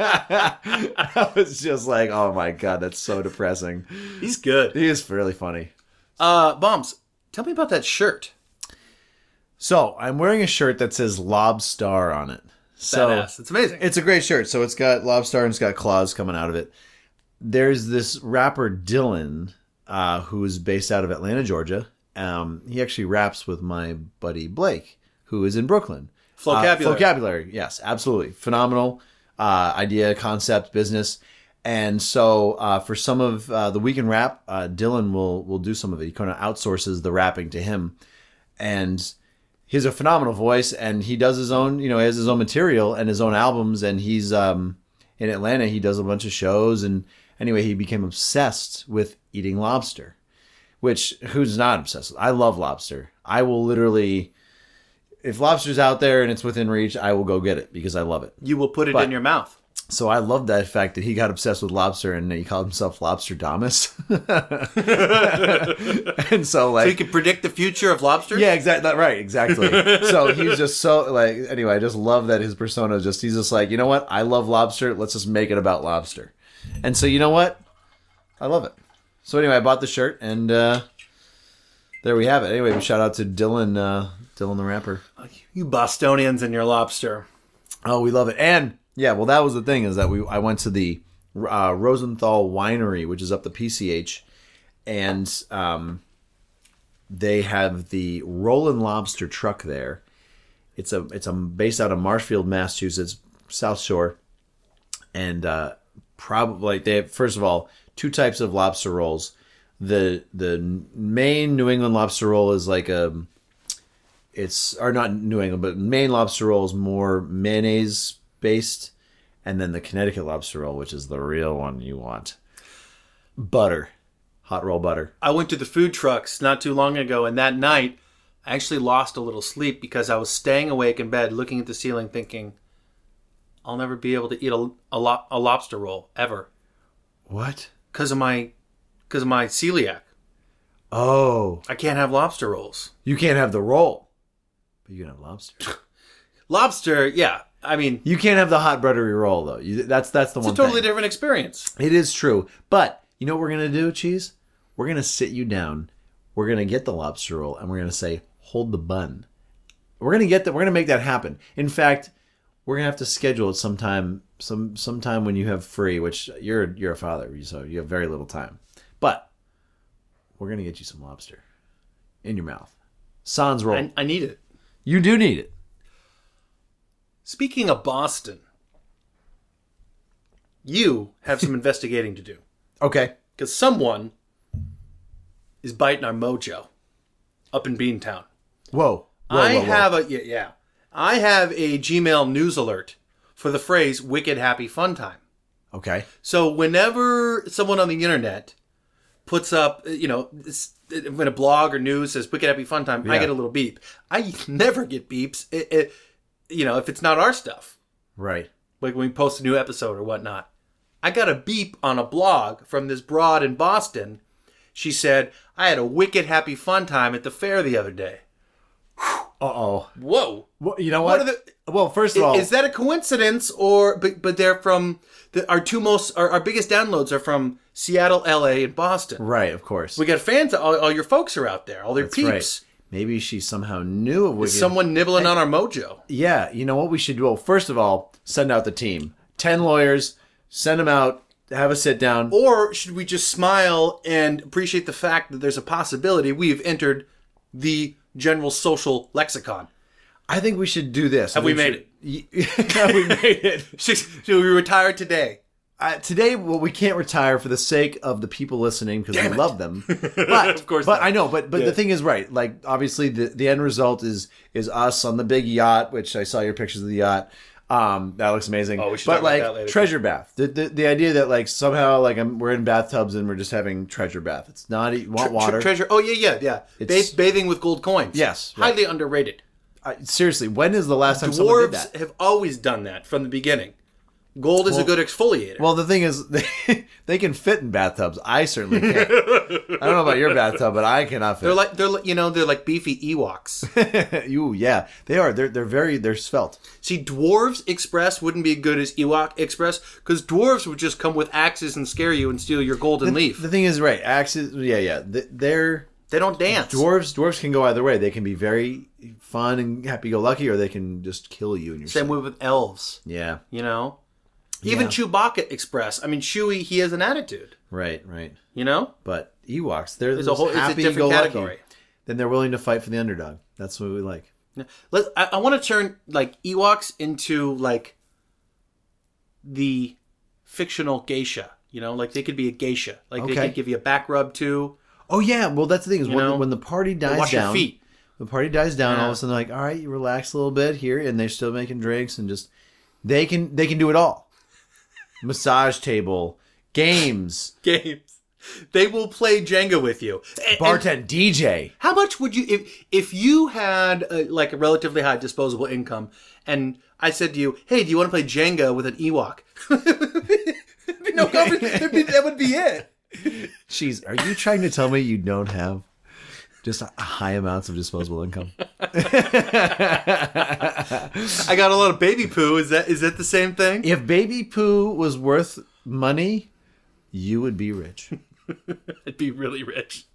[SPEAKER 1] I was just like, oh my god, that's so depressing.
[SPEAKER 2] He's good.
[SPEAKER 1] He is really funny.
[SPEAKER 2] Uh, bombs. Tell me about that shirt.
[SPEAKER 1] So I'm wearing a shirt that says Lobstar on it. So
[SPEAKER 2] Badass. It's amazing.
[SPEAKER 1] It's a great shirt. So it's got lobster and it's got claws coming out of it. There's this rapper Dylan, uh, who is based out of Atlanta, Georgia. Um, he actually raps with my buddy Blake, who is in Brooklyn.
[SPEAKER 2] Flocabulary.
[SPEAKER 1] Uh, vocabulary, yes, absolutely. Phenomenal uh, idea, concept, business. And so uh, for some of uh, the weekend rap, uh, Dylan will will do some of it. He kind of outsources the rapping to him, and he has a phenomenal voice and he does his own you know he has his own material and his own albums and he's um in atlanta he does a bunch of shows and anyway he became obsessed with eating lobster which who's not obsessed with i love lobster i will literally if lobster's out there and it's within reach i will go get it because i love it
[SPEAKER 2] you will put it
[SPEAKER 1] But-
[SPEAKER 2] in your mouth.
[SPEAKER 1] so I love that fact that he got obsessed with lobster and he called himself Lobster Damas. (laughs) and so like
[SPEAKER 2] So you can predict the future of lobster.
[SPEAKER 1] yeah, exactly. Right, exactly. so he's just so like. Anyway, I just love that his persona is just he's just like you know what I love lobster. Let's just make it about lobster. And so you know what, I love it. So anyway, I bought the shirt and uh, there we have it. Anyway, shout out to Dylan, uh, Dylan the rapper.
[SPEAKER 2] You Bostonians and your lobster.
[SPEAKER 1] Oh, we love it. And yeah, well, that was the thing is that we I went to the uh, Rosenthal Winery, which is up the PCH, and um, they have the Roland Lobster truck there. It's a it's a based out of Marshfield, Massachusetts, South Shore, and uh, probably they have, first of all two types of lobster rolls. The the main New England lobster roll is like um, a it's or not New England, but Maine lobster roll is more mayonnaise based, and then the Connecticut lobster roll, which is the real one you want, butter, hot roll butter.
[SPEAKER 2] I went to the food trucks not too long ago, and that night I actually lost a little sleep because I was staying awake in bed, looking at the ceiling, thinking, "I'll never be able to eat a a, lo- a lobster roll ever
[SPEAKER 1] What?
[SPEAKER 2] because of my because of my celiac.
[SPEAKER 1] Oh,
[SPEAKER 2] I can't have lobster rolls.
[SPEAKER 1] you can't have the roll, but you can have lobster.
[SPEAKER 2] Lobster, yeah. I mean,
[SPEAKER 1] you can't have the hot buttery roll though. You, that's that's the
[SPEAKER 2] it's
[SPEAKER 1] one.
[SPEAKER 2] a totally
[SPEAKER 1] thing.
[SPEAKER 2] different experience.
[SPEAKER 1] It is true. But you know what we're gonna do, cheese? We're gonna sit you down. We're gonna get the lobster roll, and we're gonna say, "Hold the bun." We're gonna get that. We're gonna make that happen. In fact, we're gonna have to schedule it sometime, some sometime when you have free. Which you're you're a father, so you have very little time. But we're gonna get you some lobster in your mouth. Sans roll.
[SPEAKER 2] I, I need it.
[SPEAKER 1] you do need it.
[SPEAKER 2] Speaking of Boston, you
[SPEAKER 1] (laughs)
[SPEAKER 2] have some investigating to do
[SPEAKER 1] Okay.
[SPEAKER 2] because someone is biting our mojo up in Beantown.
[SPEAKER 1] Whoa. Whoa,
[SPEAKER 2] I
[SPEAKER 1] whoa, whoa.
[SPEAKER 2] have a yeah, yeah. I have a Gmail news alert for the phrase "wicked happy fun time."
[SPEAKER 1] Okay.
[SPEAKER 2] So whenever someone on the internet puts up, you know, this- when a blog or news says "wicked happy fun time," I
[SPEAKER 1] Yeah.
[SPEAKER 2] get a little beep. I (laughs) never get beeps, it, it, you know, if it's not our stuff,
[SPEAKER 1] Right.
[SPEAKER 2] like when we post a new episode or whatnot. I got a beep on a blog from this broad in Boston. She said, "I had a wicked happy fun time at the fair the other day." Whew.
[SPEAKER 1] Uh oh.
[SPEAKER 2] Whoa.
[SPEAKER 1] Well, you know what?
[SPEAKER 2] What are the
[SPEAKER 1] well, first of
[SPEAKER 2] I-
[SPEAKER 1] all,
[SPEAKER 2] Is that a coincidence, or but but they're from the, our two most our, our biggest downloads are from Seattle, L.A., and Boston.
[SPEAKER 1] right? Of course.
[SPEAKER 2] We got fans. All, all your folks are out there. All their
[SPEAKER 1] That's
[SPEAKER 2] peeps.
[SPEAKER 1] Maybe she somehow knew of Wicked.
[SPEAKER 2] Someone nibbling on our mojo.
[SPEAKER 1] yeah, you know what we should do? Well, first of all, send out the team. Ten lawyers, send them out, have a sit down.
[SPEAKER 2] Or should we just smile and appreciate the fact that there's a possibility we've entered the general social lexicon?
[SPEAKER 1] I think we should do this.
[SPEAKER 2] Have we made
[SPEAKER 1] it? (laughs) have we made it?
[SPEAKER 2] (laughs) Should we retire today?
[SPEAKER 1] Uh, today, well, we can't retire for the sake of the people listening because we love
[SPEAKER 2] (laughs)
[SPEAKER 1] them. But
[SPEAKER 2] Of course
[SPEAKER 1] but
[SPEAKER 2] not.
[SPEAKER 1] I know. But but the thing is, right? Like obviously, the the end result is is us on the big yacht, which I saw your pictures of the yacht. Um, that looks amazing.
[SPEAKER 2] Oh, we should
[SPEAKER 1] but
[SPEAKER 2] talk about
[SPEAKER 1] like
[SPEAKER 2] that later.
[SPEAKER 1] treasure bath, the, the the idea that like somehow like I'm, we're in bathtubs and we're just having treasure bath. It's not you want
[SPEAKER 2] Tre-
[SPEAKER 1] water.
[SPEAKER 2] treasure. Oh yeah, yeah, yeah.
[SPEAKER 1] It's-
[SPEAKER 2] Ba- bathing with gold coins.
[SPEAKER 1] Yes, right.
[SPEAKER 2] highly underrated.
[SPEAKER 1] I- seriously, when is the last time someone did
[SPEAKER 2] Dwarves
[SPEAKER 1] that?
[SPEAKER 2] have always done that from the beginning. Gold is a good exfoliator.
[SPEAKER 1] Well, the thing is, (laughs) they, they can fit in bathtubs. I certainly can't.
[SPEAKER 2] (laughs)
[SPEAKER 1] I don't know about your bathtub, but I cannot fit.
[SPEAKER 2] they're like they're like- you know they're like beefy
[SPEAKER 1] (laughs)
[SPEAKER 2] Ewoks.
[SPEAKER 1] Ooh, yeah, they are. They're they're very they're svelte.
[SPEAKER 2] See, dwarves express wouldn't be good as Ewok express because dwarves would just come with axes and scare you and steal your golden leaf.
[SPEAKER 1] The thing is, right? Axes. Yeah, yeah. th- They're
[SPEAKER 2] they don't dance.
[SPEAKER 1] dwarves. Dwarves can go either way. They can be very fun and happy-go-lucky, or they can just kill you and your.
[SPEAKER 2] Same way with elves.
[SPEAKER 1] Yeah.
[SPEAKER 2] You know, even Chewbacca express. I mean, Chewie he has an attitude.
[SPEAKER 1] Right. Right.
[SPEAKER 2] You know,
[SPEAKER 1] But Ewoks, they're
[SPEAKER 2] it's a whole it's a different
[SPEAKER 1] happy-go-lucky.
[SPEAKER 2] category.
[SPEAKER 1] Then they're willing to fight for the underdog. That's what we like.
[SPEAKER 2] Let I, I want to turn like Ewoks into like the fictional geisha. You know, like they could be a geisha. Like they
[SPEAKER 1] Okay.
[SPEAKER 2] could give you a back rub too.
[SPEAKER 1] Oh yeah. Well, that's the thing is when,
[SPEAKER 2] know,
[SPEAKER 1] when the party dies
[SPEAKER 2] Wash
[SPEAKER 1] down,
[SPEAKER 2] your feet. (laughs)
[SPEAKER 1] the party dies down. All
[SPEAKER 2] Yeah.
[SPEAKER 1] of a sudden, they're like, all right, you relax a little bit here, and they're still making drinks and just they can they can do it all. (laughs) Massage table, games.
[SPEAKER 2] Games. They will play Jenga with you. A- and
[SPEAKER 1] bartend DJ.
[SPEAKER 2] how much would you if if you had uh like a relatively high disposable income and I said to you, "Hey, do you want to play Jenga with an Ewok?" (laughs) There'd be no conver- there'd be- that would be it.
[SPEAKER 1] Jeez, are you trying to tell me you don't have just high amounts of disposable income?
[SPEAKER 2] I got a lot of baby poo. Is that is that the same thing?
[SPEAKER 1] If baby poo was worth money, you would be (laughs) rich.
[SPEAKER 2] I'd be really rich.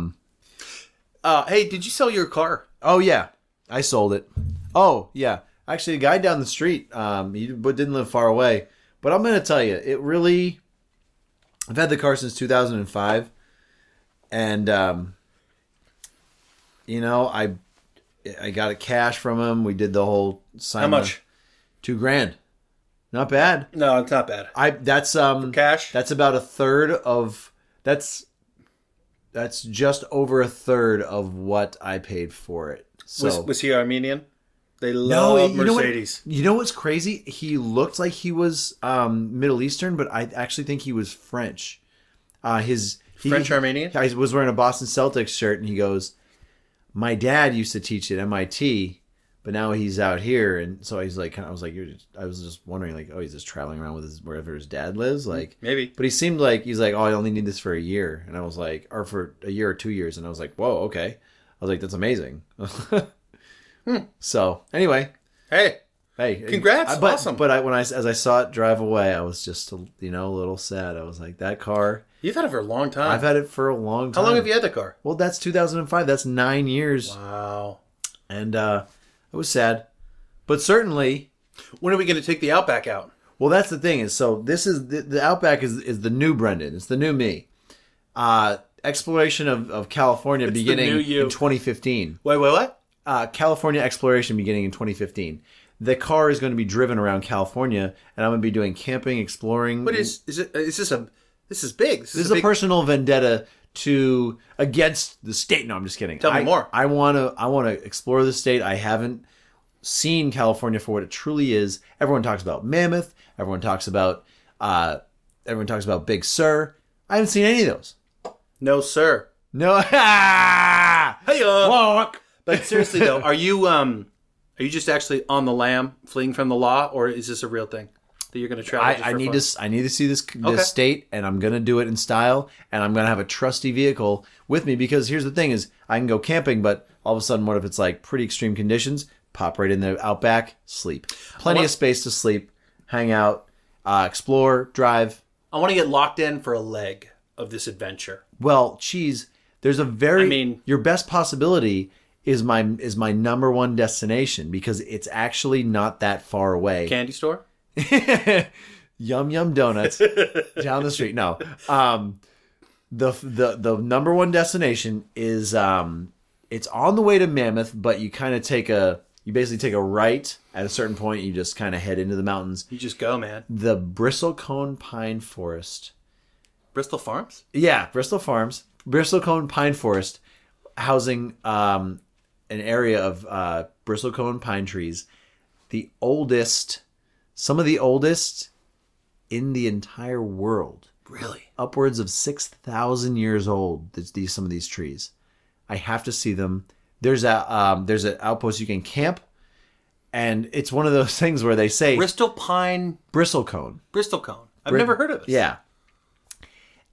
[SPEAKER 2] um. Uh, hey, did you sell your car?
[SPEAKER 1] Oh yeah, I sold it. Oh yeah, actually, a guy down the street, um, he but didn't live far away. But I'm gonna tell you, it really. I've had the car since 2005, and um, you know, I I got a cash from him. We did the whole sign.
[SPEAKER 2] How
[SPEAKER 1] the-
[SPEAKER 2] much?
[SPEAKER 1] Two grand, not bad.
[SPEAKER 2] No, it's not bad.
[SPEAKER 1] I that's um
[SPEAKER 2] cash?
[SPEAKER 1] That's about a third of that's that's just over a third of what I paid for it. So
[SPEAKER 2] was, was he Armenian? They
[SPEAKER 1] No,
[SPEAKER 2] love
[SPEAKER 1] you know what-
[SPEAKER 2] Mercedes.
[SPEAKER 1] You know what's crazy? He looked like he was um, Middle Eastern, but I actually think he was French. Uh, his he-
[SPEAKER 2] French Armenian?
[SPEAKER 1] I was wearing a Boston Celtics shirt, and he goes, "My dad used to teach at MIT, but now he's out here." And so he's like, kind of, I was like, You're just, I was just wondering, like, oh, he's just traveling around with his wherever his dad lives, like
[SPEAKER 2] Maybe.
[SPEAKER 1] But he seemed like he's like, oh, I only need this for a year, and I was like, or for a year or two years, and I was like, whoa, okay. I was like, that's amazing. (laughs) So anyway,
[SPEAKER 2] Hey,
[SPEAKER 1] Hey,
[SPEAKER 2] Hmm. Congrats,
[SPEAKER 1] I- but,
[SPEAKER 2] awesome.
[SPEAKER 1] But I, when I as I saw it drive away, I was just a, you know a little sad. I was like, that car.
[SPEAKER 2] you've had it for a long time.
[SPEAKER 1] I've had it for a long time.
[SPEAKER 2] How long have you had the car?
[SPEAKER 1] Well, that's 2005. That's nine years,
[SPEAKER 2] Wow.
[SPEAKER 1] and uh, I was sad. But certainly,
[SPEAKER 2] When are we going to take the Outback out?
[SPEAKER 1] well, that's the thing is. So this is the, the Outback is is the new Brendan. It's the new me. Uh, exploration of of California beginning
[SPEAKER 2] new you.
[SPEAKER 1] in 2015.
[SPEAKER 2] Wait, wait, what?
[SPEAKER 1] uh, California exploration beginning in 2015. The car is going to be driven around California, and I'm going to be doing camping, exploring.
[SPEAKER 2] What is is it? Is this a? This is big. Mm. This,
[SPEAKER 1] this is
[SPEAKER 2] a
[SPEAKER 1] a
[SPEAKER 2] big,
[SPEAKER 1] personal vendetta to against the state? No, I'm just kidding.
[SPEAKER 2] Tell me
[SPEAKER 1] I-
[SPEAKER 2] more.
[SPEAKER 1] I want to. I want to explore the state. I haven't seen California for what it truly is. Everyone talks about Mammoth. Everyone talks about. Uh, everyone talks about Big Sur. I haven't seen any of those.
[SPEAKER 2] No, sir.
[SPEAKER 1] No. (laughs)
[SPEAKER 2] Hey,
[SPEAKER 1] Walk.
[SPEAKER 2] but
[SPEAKER 1] (laughs)
[SPEAKER 2] seriously though, are you um, are you just actually on the lam, fleeing from the law, or is this a real thing? that you're going to travel. just
[SPEAKER 1] I, I
[SPEAKER 2] for
[SPEAKER 1] need
[SPEAKER 2] fun?
[SPEAKER 1] to s- I need to see this this
[SPEAKER 2] Okay.
[SPEAKER 1] state, and I'm gonna do it in style, and I'm gonna have a trusty vehicle with me because here's the thing: is I can go camping, but all of a sudden, what if it's like pretty extreme conditions? Pop right in the outback, sleep, plenty
[SPEAKER 2] I
[SPEAKER 1] of
[SPEAKER 2] want-
[SPEAKER 1] space to sleep, hang out, uh, explore, drive.
[SPEAKER 2] I want to get locked in for a leg of this adventure.
[SPEAKER 1] Well, cheese. There's a very
[SPEAKER 2] I mean-
[SPEAKER 1] your best possibility is my is my number one destination because it's actually not that far away.
[SPEAKER 2] Candy store.
[SPEAKER 1] (laughs) Yum Yum Donuts down the street. No, um, the the the number one destination is um, it's on the way to Mammoth, but you kind of take a you basically take a right at a certain point. You just kind of head into the mountains.
[SPEAKER 2] You just go, man.
[SPEAKER 1] The Bristlecone Pine Forest.
[SPEAKER 2] Bristol Farms.
[SPEAKER 1] Yeah, Bristol Farms, Bristlecone Pine Forest, housing um, an area of uh, bristlecone pine trees, the oldest, some of the oldest in the entire world,
[SPEAKER 2] Really?
[SPEAKER 1] upwards of six thousand years old. These these- some of these trees, I have to see them. There's a um, there's an outpost you can camp, and it's one of those (laughs) things where they say
[SPEAKER 2] Bristol Pine
[SPEAKER 1] bristlecone.
[SPEAKER 2] Bristol Cone. I've never heard of it.
[SPEAKER 1] Yeah.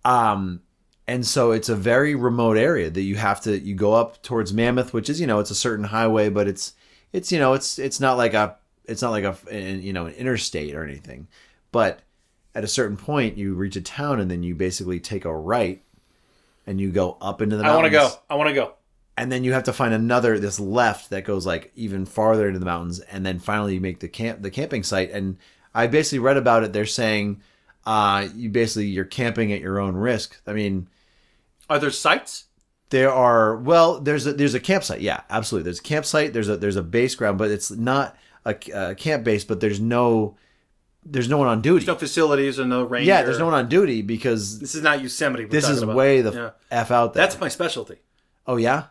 [SPEAKER 1] Um, and so it's a very remote area that you have to you go up towards Mammoth, which is you know it's a certain highway, but it's it's you know it's it's not like a it's not like a an- you know an interstate or anything, but at a certain point you reach a town and then you basically take a right and you go up into the
[SPEAKER 2] I
[SPEAKER 1] mountains
[SPEAKER 2] want to go. I want to go.
[SPEAKER 1] and then you have to find another this left that goes like even farther into the mountains and then finally you make the camp the camping site and i basically read about it they're saying uh you basically you're camping at your own risk i mean
[SPEAKER 2] Are there sites?
[SPEAKER 1] there are well there's a there's a campsite yeah absolutely there's a campsite there's a there's a base ground but it's not a, a camp base but there's no there's no one on duty
[SPEAKER 2] No facilities and no ranger.
[SPEAKER 1] yeah there's no one on duty because
[SPEAKER 2] This is not Yosemite. we're
[SPEAKER 1] this
[SPEAKER 2] talking
[SPEAKER 1] is
[SPEAKER 2] about.
[SPEAKER 1] way the
[SPEAKER 2] Yeah.
[SPEAKER 1] f out there
[SPEAKER 2] That's my specialty.
[SPEAKER 1] oh yeah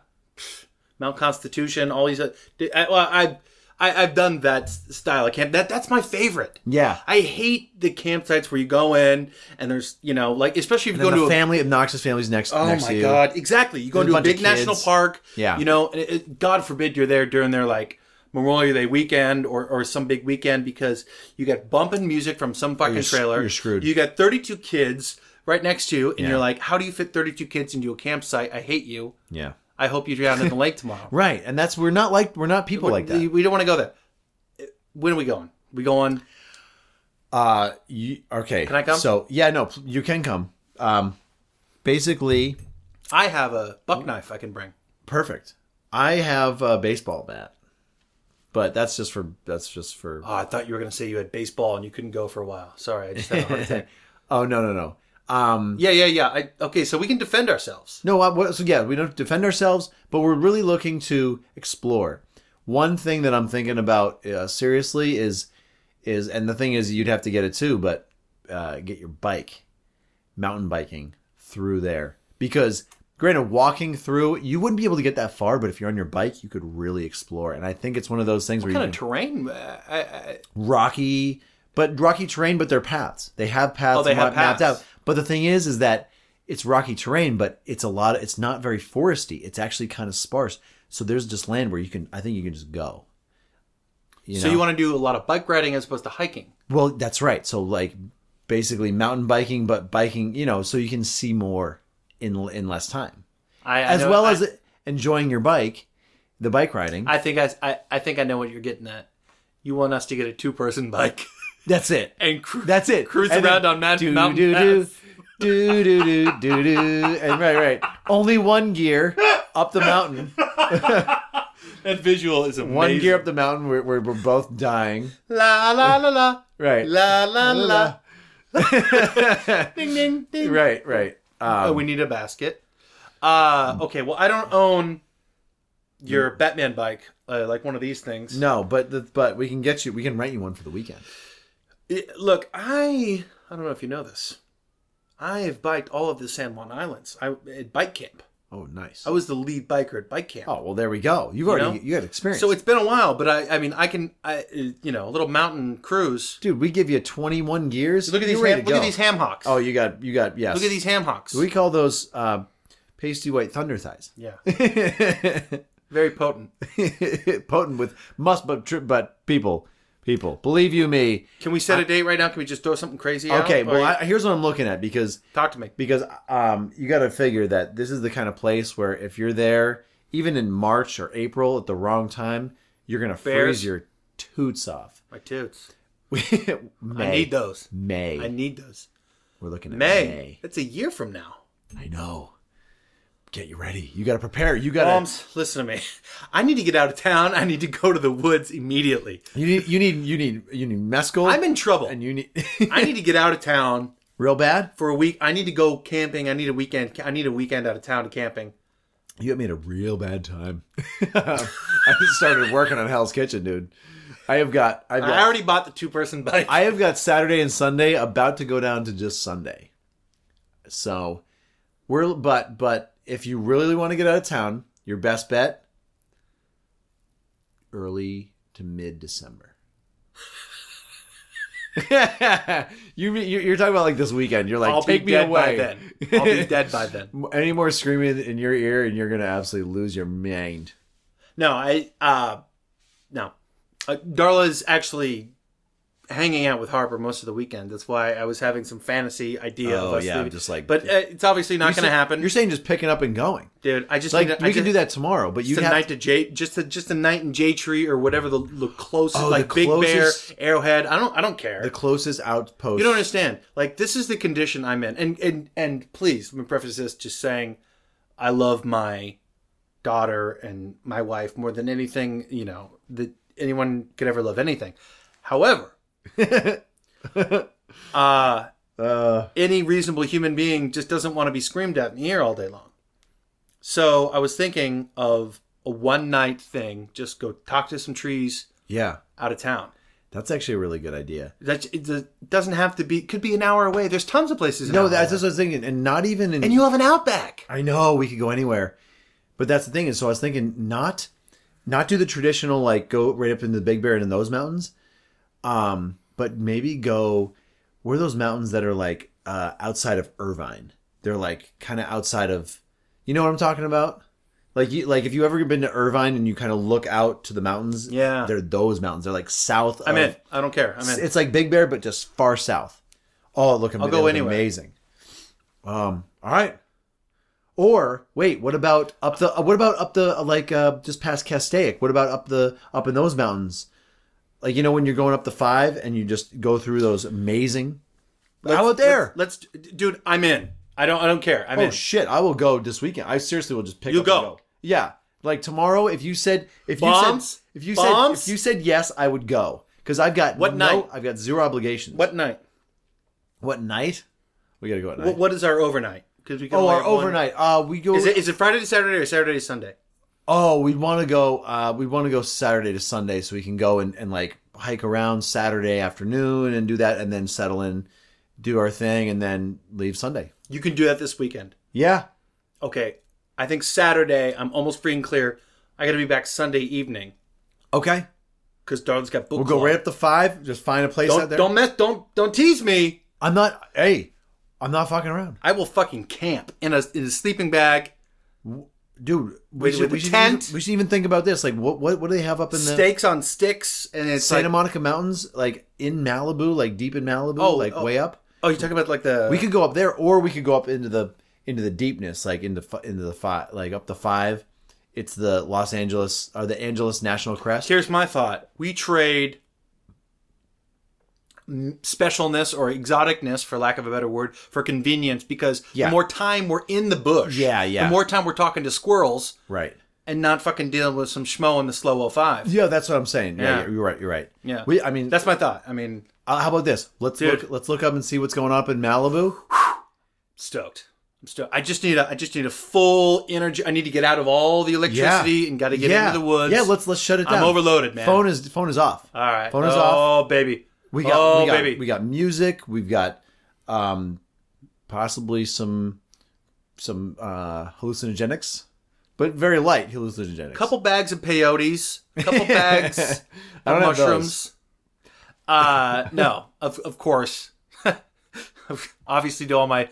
[SPEAKER 2] Mount Constitution. All these. uh, I, well, I, I I've done that s- style of camp. That that's my favorite.
[SPEAKER 1] yeah
[SPEAKER 2] I hate the campsites where you go in and there's you know like especially if you
[SPEAKER 1] and
[SPEAKER 2] go
[SPEAKER 1] the
[SPEAKER 2] to a
[SPEAKER 1] family obnoxious families next
[SPEAKER 2] Oh
[SPEAKER 1] next
[SPEAKER 2] my
[SPEAKER 1] to you
[SPEAKER 2] god! Exactly. You go
[SPEAKER 1] There's a
[SPEAKER 2] into
[SPEAKER 1] bunch
[SPEAKER 2] a
[SPEAKER 1] of
[SPEAKER 2] big national
[SPEAKER 1] kids.
[SPEAKER 2] park.
[SPEAKER 1] Yeah.
[SPEAKER 2] You know, and it, it- God forbid you're there during their like Memorial Day weekend or, or some big weekend because you got bumping music from some fucking
[SPEAKER 1] you're s-
[SPEAKER 2] trailer.
[SPEAKER 1] you're screwed.
[SPEAKER 2] You got 32 kids right next to you, and you're like, "How do you fit 32 kids into a campsite? I hate you.
[SPEAKER 1] yeah
[SPEAKER 2] I hope you drown in the lake
[SPEAKER 1] (laughs)
[SPEAKER 2] tomorrow."
[SPEAKER 1] Right, and that's we're not like we're not people like
[SPEAKER 2] We,
[SPEAKER 1] that.
[SPEAKER 2] we don't want to go there. When are we going? We going?
[SPEAKER 1] Uh, you, okay. Can
[SPEAKER 2] I come?
[SPEAKER 1] So yeah, no, pl- you can come. Um, basically,
[SPEAKER 2] I have a buck knife I can bring.
[SPEAKER 1] perfect. I have a baseball bat, but that's just for that's just for.
[SPEAKER 2] Oh, I thought you were going to say you had baseball and you couldn't go for a while. Sorry, I just had a heart
[SPEAKER 1] (laughs)
[SPEAKER 2] attack.
[SPEAKER 1] Oh no no no. Um,
[SPEAKER 2] Yeah, yeah, yeah. I, okay, so we can defend ourselves.
[SPEAKER 1] no. I, what, so yeah, we don't defend ourselves, but we're really looking to explore. One thing that I'm thinking about uh, seriously is is and the thing is you'd have to get it too, but uh, get your bike. mountain biking through there because granted walking through you wouldn't be able to get that far but if you're on your bike you could really explore and i think it's one of those things where
[SPEAKER 2] kind
[SPEAKER 1] you
[SPEAKER 2] of
[SPEAKER 1] can,
[SPEAKER 2] terrain. Uh, I, I,
[SPEAKER 1] rocky but rocky terrain but they're paths they have paths
[SPEAKER 2] Oh, they
[SPEAKER 1] ma-
[SPEAKER 2] have
[SPEAKER 1] mapped
[SPEAKER 2] paths.
[SPEAKER 1] out but the thing is is that it's rocky terrain but it's a lot it's not very foresty it's actually kind of sparse so there's just land where you can i think you can just go
[SPEAKER 2] so
[SPEAKER 1] know?
[SPEAKER 2] you want to do a lot of bike riding as opposed to hiking.
[SPEAKER 1] Well, that's right. So like basically mountain biking, but biking, you know, so you can see more in in less time,
[SPEAKER 2] I, I
[SPEAKER 1] as
[SPEAKER 2] know-
[SPEAKER 1] well
[SPEAKER 2] I-
[SPEAKER 1] as enjoying your bike, the bike riding.
[SPEAKER 2] I think I, I, I think I know what you're getting at. You want us to get a two-person bike (laughs)
[SPEAKER 1] that's it.
[SPEAKER 2] and cru-
[SPEAKER 1] That's it.
[SPEAKER 2] cruise
[SPEAKER 1] And
[SPEAKER 2] around
[SPEAKER 1] then
[SPEAKER 2] on man-
[SPEAKER 1] do,
[SPEAKER 2] mountain
[SPEAKER 1] do, do,
[SPEAKER 2] paths.
[SPEAKER 1] do do do do do, and right, right. Only one gear up the mountain.
[SPEAKER 2] That visual is amazing.
[SPEAKER 1] One gear up the mountain. We're we're, we're both dying.
[SPEAKER 2] La la la la
[SPEAKER 1] Right.
[SPEAKER 2] la la la.
[SPEAKER 1] La.
[SPEAKER 2] ding ding
[SPEAKER 1] (laughs)
[SPEAKER 2] ding.
[SPEAKER 1] Right. Right.
[SPEAKER 2] Oh,
[SPEAKER 1] Um,
[SPEAKER 2] we need a basket. Uh, okay. Well, I don't own your Batman bike, uh, like one of these things.
[SPEAKER 1] Mm. no, but the, but we can get you. We can rent you one for the weekend.
[SPEAKER 2] It- look, I I don't know if you know this. I have biked all of the San Juan Islands. I at bike camp.
[SPEAKER 1] Oh, nice.
[SPEAKER 2] I was the lead biker at bike camp.
[SPEAKER 1] Oh well, there we go. You've already
[SPEAKER 2] know?
[SPEAKER 1] you had experience.
[SPEAKER 2] so it's been a while, but I I mean I can I uh, you know a little mountain cruise.
[SPEAKER 1] dude, we give you 21 gears.
[SPEAKER 2] Look at these
[SPEAKER 1] You're ready
[SPEAKER 2] ham,
[SPEAKER 1] to
[SPEAKER 2] look at
[SPEAKER 1] go.
[SPEAKER 2] these ham hocks.
[SPEAKER 1] Oh, you got you got yes.
[SPEAKER 2] look at these ham hocks.
[SPEAKER 1] We call those uh, pasty white thunder thighs. (laughs)
[SPEAKER 2] yeah, very potent.
[SPEAKER 1] Potent with must but tri- but people people. Believe you me.
[SPEAKER 2] Can we set a date right now? Can we just throw something crazy out?
[SPEAKER 1] Okay,
[SPEAKER 2] Or-
[SPEAKER 1] well, I, here's what I'm looking at because
[SPEAKER 2] talk to me.
[SPEAKER 1] because um, you got to figure that this is the kind of place where if you're there, even in March or April at the wrong time, you're gonna
[SPEAKER 2] Bears?
[SPEAKER 1] freeze your toots off. (laughs)
[SPEAKER 2] My toots.
[SPEAKER 1] May.
[SPEAKER 2] I need those.
[SPEAKER 1] May.
[SPEAKER 2] I need those.
[SPEAKER 1] We're looking at May.
[SPEAKER 2] May. That's a year from now.
[SPEAKER 1] I know. Get you ready. You got to prepare. You got to.
[SPEAKER 2] Moms, listen to me. (laughs) I need to get out of town. I need to go to the woods immediately.
[SPEAKER 1] you need. You need. You need. You need mescal.
[SPEAKER 2] I'm in trouble.
[SPEAKER 1] And you need. (laughs)
[SPEAKER 2] I need to get out of town
[SPEAKER 1] real bad.
[SPEAKER 2] for a week. I need to go camping. I need a weekend. I need a weekend out of town to camping.
[SPEAKER 1] You made a real bad time. (laughs) I started working on Hell's Kitchen, dude. I have got. I've got.
[SPEAKER 2] I already bought the two person bike.
[SPEAKER 1] I have got Saturday and Sunday about to go down to just Sunday. So we're but but if you really want to get out of town, your best bet early to mid December. (laughs) you mean- you- you're talking about like this weekend. You're like
[SPEAKER 2] I'll
[SPEAKER 1] take me
[SPEAKER 2] be dead
[SPEAKER 1] away.
[SPEAKER 2] by then. I'll be
[SPEAKER 1] (laughs)
[SPEAKER 2] dead by then.
[SPEAKER 1] Any more screaming in your ear, and you're gonna absolutely lose your mind.
[SPEAKER 2] No, I uh no. Uh, Darla's actually hanging out with Harper most of the weekend. That's why I was having some fantasy idea
[SPEAKER 1] Oh,
[SPEAKER 2] of us
[SPEAKER 1] yeah,
[SPEAKER 2] leaving.
[SPEAKER 1] just like-
[SPEAKER 2] But uh, it's obviously not
[SPEAKER 1] You're
[SPEAKER 2] going to
[SPEAKER 1] sa-
[SPEAKER 2] happen.
[SPEAKER 1] You're saying just picking up and going.
[SPEAKER 2] Dude, I just
[SPEAKER 1] Like
[SPEAKER 2] need to,
[SPEAKER 1] we
[SPEAKER 2] I
[SPEAKER 1] can
[SPEAKER 2] just,
[SPEAKER 1] do that tomorrow, but you
[SPEAKER 2] Just a
[SPEAKER 1] have
[SPEAKER 2] night to J, just a just a night in J Tree or whatever the, the closest,
[SPEAKER 1] Oh,
[SPEAKER 2] like
[SPEAKER 1] the
[SPEAKER 2] Big
[SPEAKER 1] closest-
[SPEAKER 2] Bear, Arrowhead. I don't I don't care.
[SPEAKER 1] the closest outpost.
[SPEAKER 2] You don't understand. Like this is the condition I'm in, and and and please let me preface this just saying, I love my daughter and my wife more than anything. You know that anyone could ever love anything. However, (laughs) uh,
[SPEAKER 1] Uh,
[SPEAKER 2] any reasonable human being just doesn't want to be screamed at in the ear all day long. So I was thinking of a one night thing. Just go talk to some trees
[SPEAKER 1] yeah,
[SPEAKER 2] out of town.
[SPEAKER 1] that's actually a really good idea.
[SPEAKER 2] That it doesn't have to be. Could be an hour away. There's tons of places. An
[SPEAKER 1] No,
[SPEAKER 2] hour
[SPEAKER 1] that's
[SPEAKER 2] away.
[SPEAKER 1] just what I was thinking, and not even in.
[SPEAKER 2] and you have an outback.
[SPEAKER 1] I know we could go anywhere, but that's the thing. Is so I was thinking not, not do the traditional like go right up into the Big Bear and in those mountains, um, but maybe go where are those mountains that are like uh, outside of Irvine. They're like kind of outside of, you know what I'm talking about. Like you, like if you ever been to Irvine and you kind of look out to the mountains,
[SPEAKER 2] Yeah.
[SPEAKER 1] they're those mountains. They're like south.
[SPEAKER 2] I'm
[SPEAKER 1] of,
[SPEAKER 2] in. I don't care. I'm in.
[SPEAKER 1] It's like Big Bear, but just far south. Oh, look, I'll
[SPEAKER 2] go anywhere.
[SPEAKER 1] Amazing. Um. All right. Or wait, what about up the? uh, What about up the uh, like uh, just past Castaic? What about up the up in those mountains? Like you know when you're going up the five and you just go through those amazing.
[SPEAKER 2] Let's-
[SPEAKER 1] How about there?
[SPEAKER 2] Let's, let's- dude. I'm in. I don't. I don't care. I'm
[SPEAKER 1] oh
[SPEAKER 2] in.
[SPEAKER 1] shit! I will go this weekend. I seriously will just pick.
[SPEAKER 2] You
[SPEAKER 1] up and
[SPEAKER 2] go.
[SPEAKER 1] Yeah, like tomorrow. If you said if
[SPEAKER 2] Bombs?
[SPEAKER 1] you said if you
[SPEAKER 2] Bombs?
[SPEAKER 1] said if you said yes, I would go because I've got
[SPEAKER 2] What
[SPEAKER 1] no,
[SPEAKER 2] night?
[SPEAKER 1] I've got zero obligations.
[SPEAKER 2] what night?
[SPEAKER 1] What night? We gotta go at night.
[SPEAKER 2] What, what is our overnight? Because we can
[SPEAKER 1] oh,
[SPEAKER 2] only
[SPEAKER 1] our
[SPEAKER 2] have one-
[SPEAKER 1] overnight. Uh, we go.
[SPEAKER 2] Is it is it Friday to Saturday or Saturday to Sunday?
[SPEAKER 1] oh, we want to go. Uh, we want to go Saturday to Sunday so we can go and, and like hike around Saturday afternoon and do that, and then settle in, do our thing, and then leave Sunday.
[SPEAKER 2] You can do that this weekend.
[SPEAKER 1] Yeah,
[SPEAKER 2] Okay. I think Saturday. I'm almost free and clear. I got to be back Sunday evening
[SPEAKER 1] okay.
[SPEAKER 2] because Darla's got book.
[SPEAKER 1] We'll go
[SPEAKER 2] club.
[SPEAKER 1] right up to five. Just find a place out
[SPEAKER 2] Don't
[SPEAKER 1] there.
[SPEAKER 2] don't mess. Don't don't tease me.
[SPEAKER 1] I'm not. Hey, I'm not fucking around,
[SPEAKER 2] I will fucking camp in a in a sleeping bag,
[SPEAKER 1] dude. We
[SPEAKER 2] With-
[SPEAKER 1] should,
[SPEAKER 2] with
[SPEAKER 1] we
[SPEAKER 2] the
[SPEAKER 1] should
[SPEAKER 2] tent?
[SPEAKER 1] even- we should even think about this. Like, what what what do they have up in the
[SPEAKER 2] steaks on sticks, and it's
[SPEAKER 1] Santa
[SPEAKER 2] like.
[SPEAKER 1] Monica Mountains? Like in Malibu, like deep in Malibu,
[SPEAKER 2] Oh,
[SPEAKER 1] like
[SPEAKER 2] oh.
[SPEAKER 1] way up.
[SPEAKER 2] Oh, you're talking about like the
[SPEAKER 1] we could go up there or we could go up into the into the deepness like into fi- into the five like up the five it's the los angeles or the angeles national crest
[SPEAKER 2] Here's my thought. We trade m- specialness or exoticness, for lack of a better word, for convenience because
[SPEAKER 1] Yeah.
[SPEAKER 2] the more time we're in the bush,
[SPEAKER 1] Yeah, yeah.
[SPEAKER 2] the more time we're talking to squirrels
[SPEAKER 1] right
[SPEAKER 2] and not fucking dealing with some schmo in the slow 05.
[SPEAKER 1] yeah that's what i'm saying yeah,
[SPEAKER 2] Yeah.
[SPEAKER 1] you're- you're right you're right
[SPEAKER 2] Yeah.
[SPEAKER 1] we i mean
[SPEAKER 2] That's my thought. I mean,
[SPEAKER 1] uh, how about this let's
[SPEAKER 2] Dude.
[SPEAKER 1] look let's look up and see what's going up in malibu
[SPEAKER 2] stoked. I'm stoked. I just need a I just need a full energy. I need to get out of all the electricity and got to get
[SPEAKER 1] yeah
[SPEAKER 2] into the woods.
[SPEAKER 1] yeah let's let's shut it down
[SPEAKER 2] I'm overloaded, man.
[SPEAKER 1] phone is phone is off
[SPEAKER 2] all right.
[SPEAKER 1] phone is
[SPEAKER 2] oh,
[SPEAKER 1] off
[SPEAKER 2] baby.
[SPEAKER 1] we got
[SPEAKER 2] oh,
[SPEAKER 1] we got,
[SPEAKER 2] baby.
[SPEAKER 1] we got music we've got um possibly some some uh hallucinogenics but very light hallucinogenics
[SPEAKER 2] couple bags of peyotes,
[SPEAKER 1] (laughs)
[SPEAKER 2] couple bags
[SPEAKER 1] I don't
[SPEAKER 2] of
[SPEAKER 1] have those.
[SPEAKER 2] mushrooms. Uh, no, of of course. (laughs) Obviously, to all my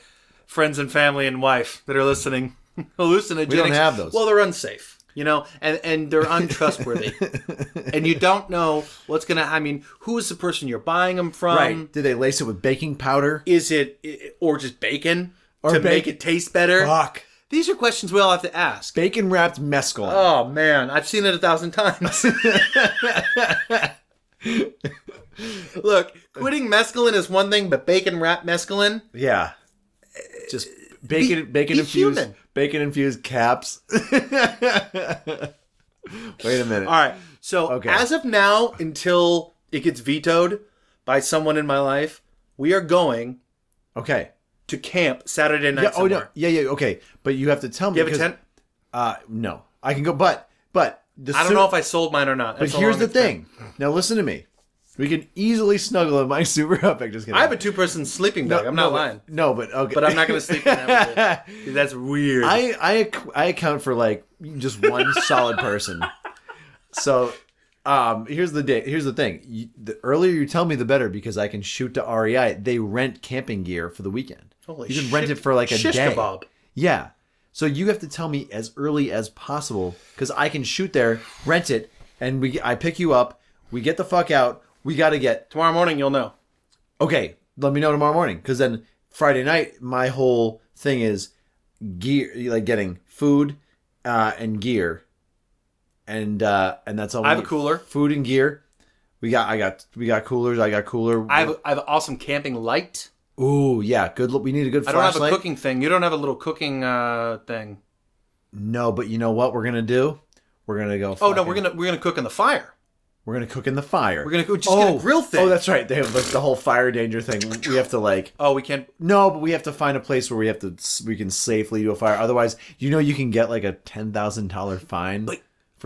[SPEAKER 2] friends and family and wife that are listening, (laughs) hallucinogenics.
[SPEAKER 1] have those.
[SPEAKER 2] Well, they're unsafe. you know, and and they're
[SPEAKER 1] (laughs)
[SPEAKER 2] untrustworthy, and you don't know what's gonna. I mean, who is the person you're buying them from?
[SPEAKER 1] Right. Did they lace it with baking powder?
[SPEAKER 2] Is it i- or just bacon
[SPEAKER 1] Or
[SPEAKER 2] to make
[SPEAKER 1] bacon. Ah.
[SPEAKER 2] it taste better?
[SPEAKER 1] Fuck.
[SPEAKER 2] These are questions we all have to ask.
[SPEAKER 1] Bacon wrapped mescal.
[SPEAKER 2] Oh man, I've seen it a thousand times. (laughs) Look, quitting mescaline is one thing, but bacon wrapped mescaline.
[SPEAKER 1] yeah. Just bacon, bacon
[SPEAKER 2] be
[SPEAKER 1] infused,
[SPEAKER 2] human.
[SPEAKER 1] bacon infused caps. (laughs) Wait a minute.
[SPEAKER 2] All right. So
[SPEAKER 1] Okay.
[SPEAKER 2] as of now, until it gets vetoed by someone in my life, we are going
[SPEAKER 1] Okay.
[SPEAKER 2] to camp Saturday night.
[SPEAKER 1] Yeah, oh no.
[SPEAKER 2] somewhere.
[SPEAKER 1] Yeah, yeah. Okay, but you have to tell me.
[SPEAKER 2] You have a
[SPEAKER 1] because-
[SPEAKER 2] tent?
[SPEAKER 1] Uh, no, I can go. But but the
[SPEAKER 2] I don't
[SPEAKER 1] soo-
[SPEAKER 2] know if I sold mine or not.
[SPEAKER 1] But here's the thing. Now listen to me. We can easily snuggle in my (laughs) super outback. Just kidding.
[SPEAKER 2] I have a two-person sleeping bag. I'm
[SPEAKER 1] No,
[SPEAKER 2] not
[SPEAKER 1] but-
[SPEAKER 2] lying,
[SPEAKER 1] No, but okay.
[SPEAKER 2] but I'm not going to sleep in
[SPEAKER 1] (laughs)
[SPEAKER 2] that. with it. That's weird.
[SPEAKER 1] I I ac- I account for like just one solid person. So, um, here's the day. Here's the thing. You, the earlier you tell me, the better because I can shoot to REI. They rent camping gear for the weekend.
[SPEAKER 2] Holy
[SPEAKER 1] you can
[SPEAKER 2] shit.
[SPEAKER 1] rent it for like a
[SPEAKER 2] Shish
[SPEAKER 1] day.
[SPEAKER 2] kebab.
[SPEAKER 1] Yeah. So you have to tell me as early as possible because I can shoot there, rent it, and we I pick you up. We get the fuck out. We got to get
[SPEAKER 2] Tomorrow morning, you'll know.
[SPEAKER 1] okay. Let me know tomorrow morning because then Friday night my whole thing is gear like getting food uh, and gear, and uh, and that's all. we
[SPEAKER 2] I have a
[SPEAKER 1] need.
[SPEAKER 2] cooler.
[SPEAKER 1] Food and gear. We got I got we got coolers. I got cooler.
[SPEAKER 2] I have I have an awesome camping light.
[SPEAKER 1] Ooh yeah, good. look. We need a good
[SPEAKER 2] I don't
[SPEAKER 1] flashlight.
[SPEAKER 2] have a cooking thing. You don't have a little cooking uh, thing.
[SPEAKER 1] No, but you know what we're gonna do? We're gonna go.
[SPEAKER 2] Oh no,
[SPEAKER 1] fucking-
[SPEAKER 2] we're gonna we're gonna cook in the fire.
[SPEAKER 1] We're gonna cook in the fire.
[SPEAKER 2] We're gonna go- just get a grill thing.
[SPEAKER 1] Oh, that's right. They have like the whole fire danger thing. We have to like
[SPEAKER 2] Oh, we can't.
[SPEAKER 1] no, but we have to find a place where we have to we can safely do a fire. Otherwise, you know, you can get like a ten thousand dollar fine for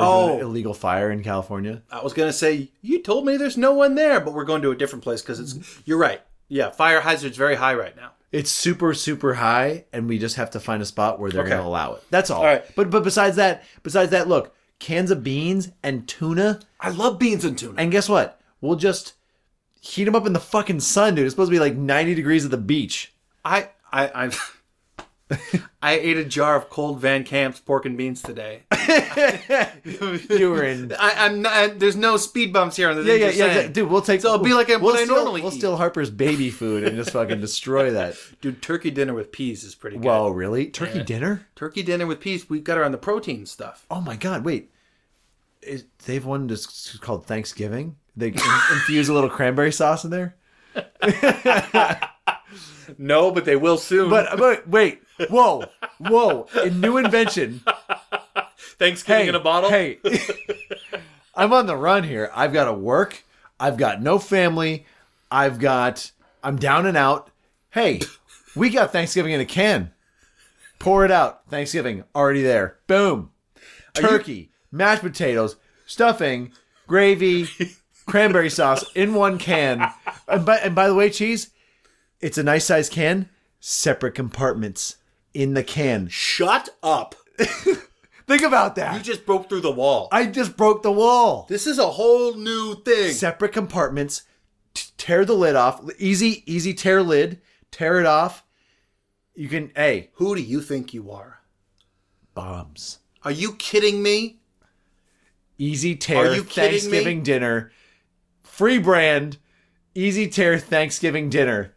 [SPEAKER 1] doing
[SPEAKER 2] oh.
[SPEAKER 1] an illegal fire in California.
[SPEAKER 2] I was gonna say you told me there's no one there, but we're going to a different place because it's. You're right. Yeah, fire hazard's very high right now.
[SPEAKER 1] It's super super high, and we just have to find a spot where they're
[SPEAKER 2] Okay.
[SPEAKER 1] gonna allow it. That's all.
[SPEAKER 2] All right.
[SPEAKER 1] But but besides that, besides that, look, cans of beans and tuna,
[SPEAKER 2] I love beans and tuna.
[SPEAKER 1] and guess what? We'll just heat them up in the fucking sun, dude. It's supposed to be like ninety degrees at the (laughs) beach.
[SPEAKER 2] I I I. (laughs) I ate a jar of cold Van Camp's pork and beans today. I,
[SPEAKER 1] You were in
[SPEAKER 2] I'm not. there's no speed bumps here on the.
[SPEAKER 1] Yeah, yeah, yeah, yeah, dude. We'll take.
[SPEAKER 2] So it'll be like
[SPEAKER 1] we'll
[SPEAKER 2] what I
[SPEAKER 1] steal-
[SPEAKER 2] normally
[SPEAKER 1] We'll
[SPEAKER 2] eat.
[SPEAKER 1] steal Harper's baby food and just fucking destroy that.
[SPEAKER 2] Dude, turkey dinner with peas is pretty good.
[SPEAKER 1] Whoa, really? Turkey dinner?
[SPEAKER 2] Turkey dinner with peas. We've got her on the protein stuff.
[SPEAKER 1] Oh my god! Wait, Is, they have one that's called Thanksgiving. (laughs) They in- infuse a little cranberry sauce in there.
[SPEAKER 2] No, but they will soon.
[SPEAKER 1] But but wait, whoa, whoa! A new invention.
[SPEAKER 2] Thanksgiving
[SPEAKER 1] hey, Hey,
[SPEAKER 2] (laughs)
[SPEAKER 1] I'm on the run here. I've got to work. I've got no family. I've got. I'm down and out. Hey, we got Thanksgiving in a can. Pour it out. Thanksgiving already there. Boom. Turkey, mashed potatoes, stuffing,
[SPEAKER 2] (laughs)
[SPEAKER 1] gravy, cranberry sauce in one can. And by, and by the way, cheese. It's a nice size can. Separate compartments in the can.
[SPEAKER 2] Shut up.
[SPEAKER 1] Think about
[SPEAKER 2] You
[SPEAKER 1] that.
[SPEAKER 2] just broke through the wall.
[SPEAKER 1] I just broke the wall.
[SPEAKER 2] this is a whole new thing.
[SPEAKER 1] separate compartments. T- tear the lid off. Easy, easy. Tear lid. Tear it off. You can. Hey,
[SPEAKER 2] Who do you think you are?
[SPEAKER 1] bombs.
[SPEAKER 2] Are you kidding me?
[SPEAKER 1] Easy tear.
[SPEAKER 2] Are you kidding me?
[SPEAKER 1] Thanksgiving dinner. Free brand. Easy tear. Thanksgiving dinner.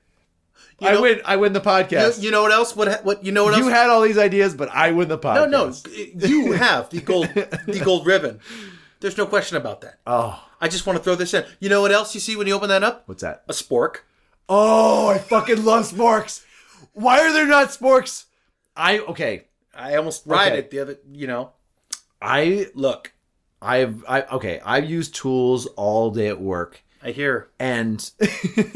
[SPEAKER 2] You
[SPEAKER 1] I
[SPEAKER 2] know-
[SPEAKER 1] win. I win the
[SPEAKER 2] You,
[SPEAKER 1] podcast. You,
[SPEAKER 2] you know what else? What? ha- What? You know what else?
[SPEAKER 1] had all these ideas, but I win the
[SPEAKER 2] no,
[SPEAKER 1] podcast. (laughs)
[SPEAKER 2] no. You have the gold, the gold ribbon. There's no question about that.
[SPEAKER 1] Oh,
[SPEAKER 2] I just want to throw this in. You know what else you see when you open that up?
[SPEAKER 1] what's that?
[SPEAKER 2] A spork.
[SPEAKER 1] Oh, I fucking love sporks. Why are there not sporks? I okay.
[SPEAKER 2] I almost ride
[SPEAKER 1] Okay.
[SPEAKER 2] it the other. You know,
[SPEAKER 1] I
[SPEAKER 2] look.
[SPEAKER 1] I've I okay. I've used tools all day at work.
[SPEAKER 2] I hear.
[SPEAKER 1] (laughs) and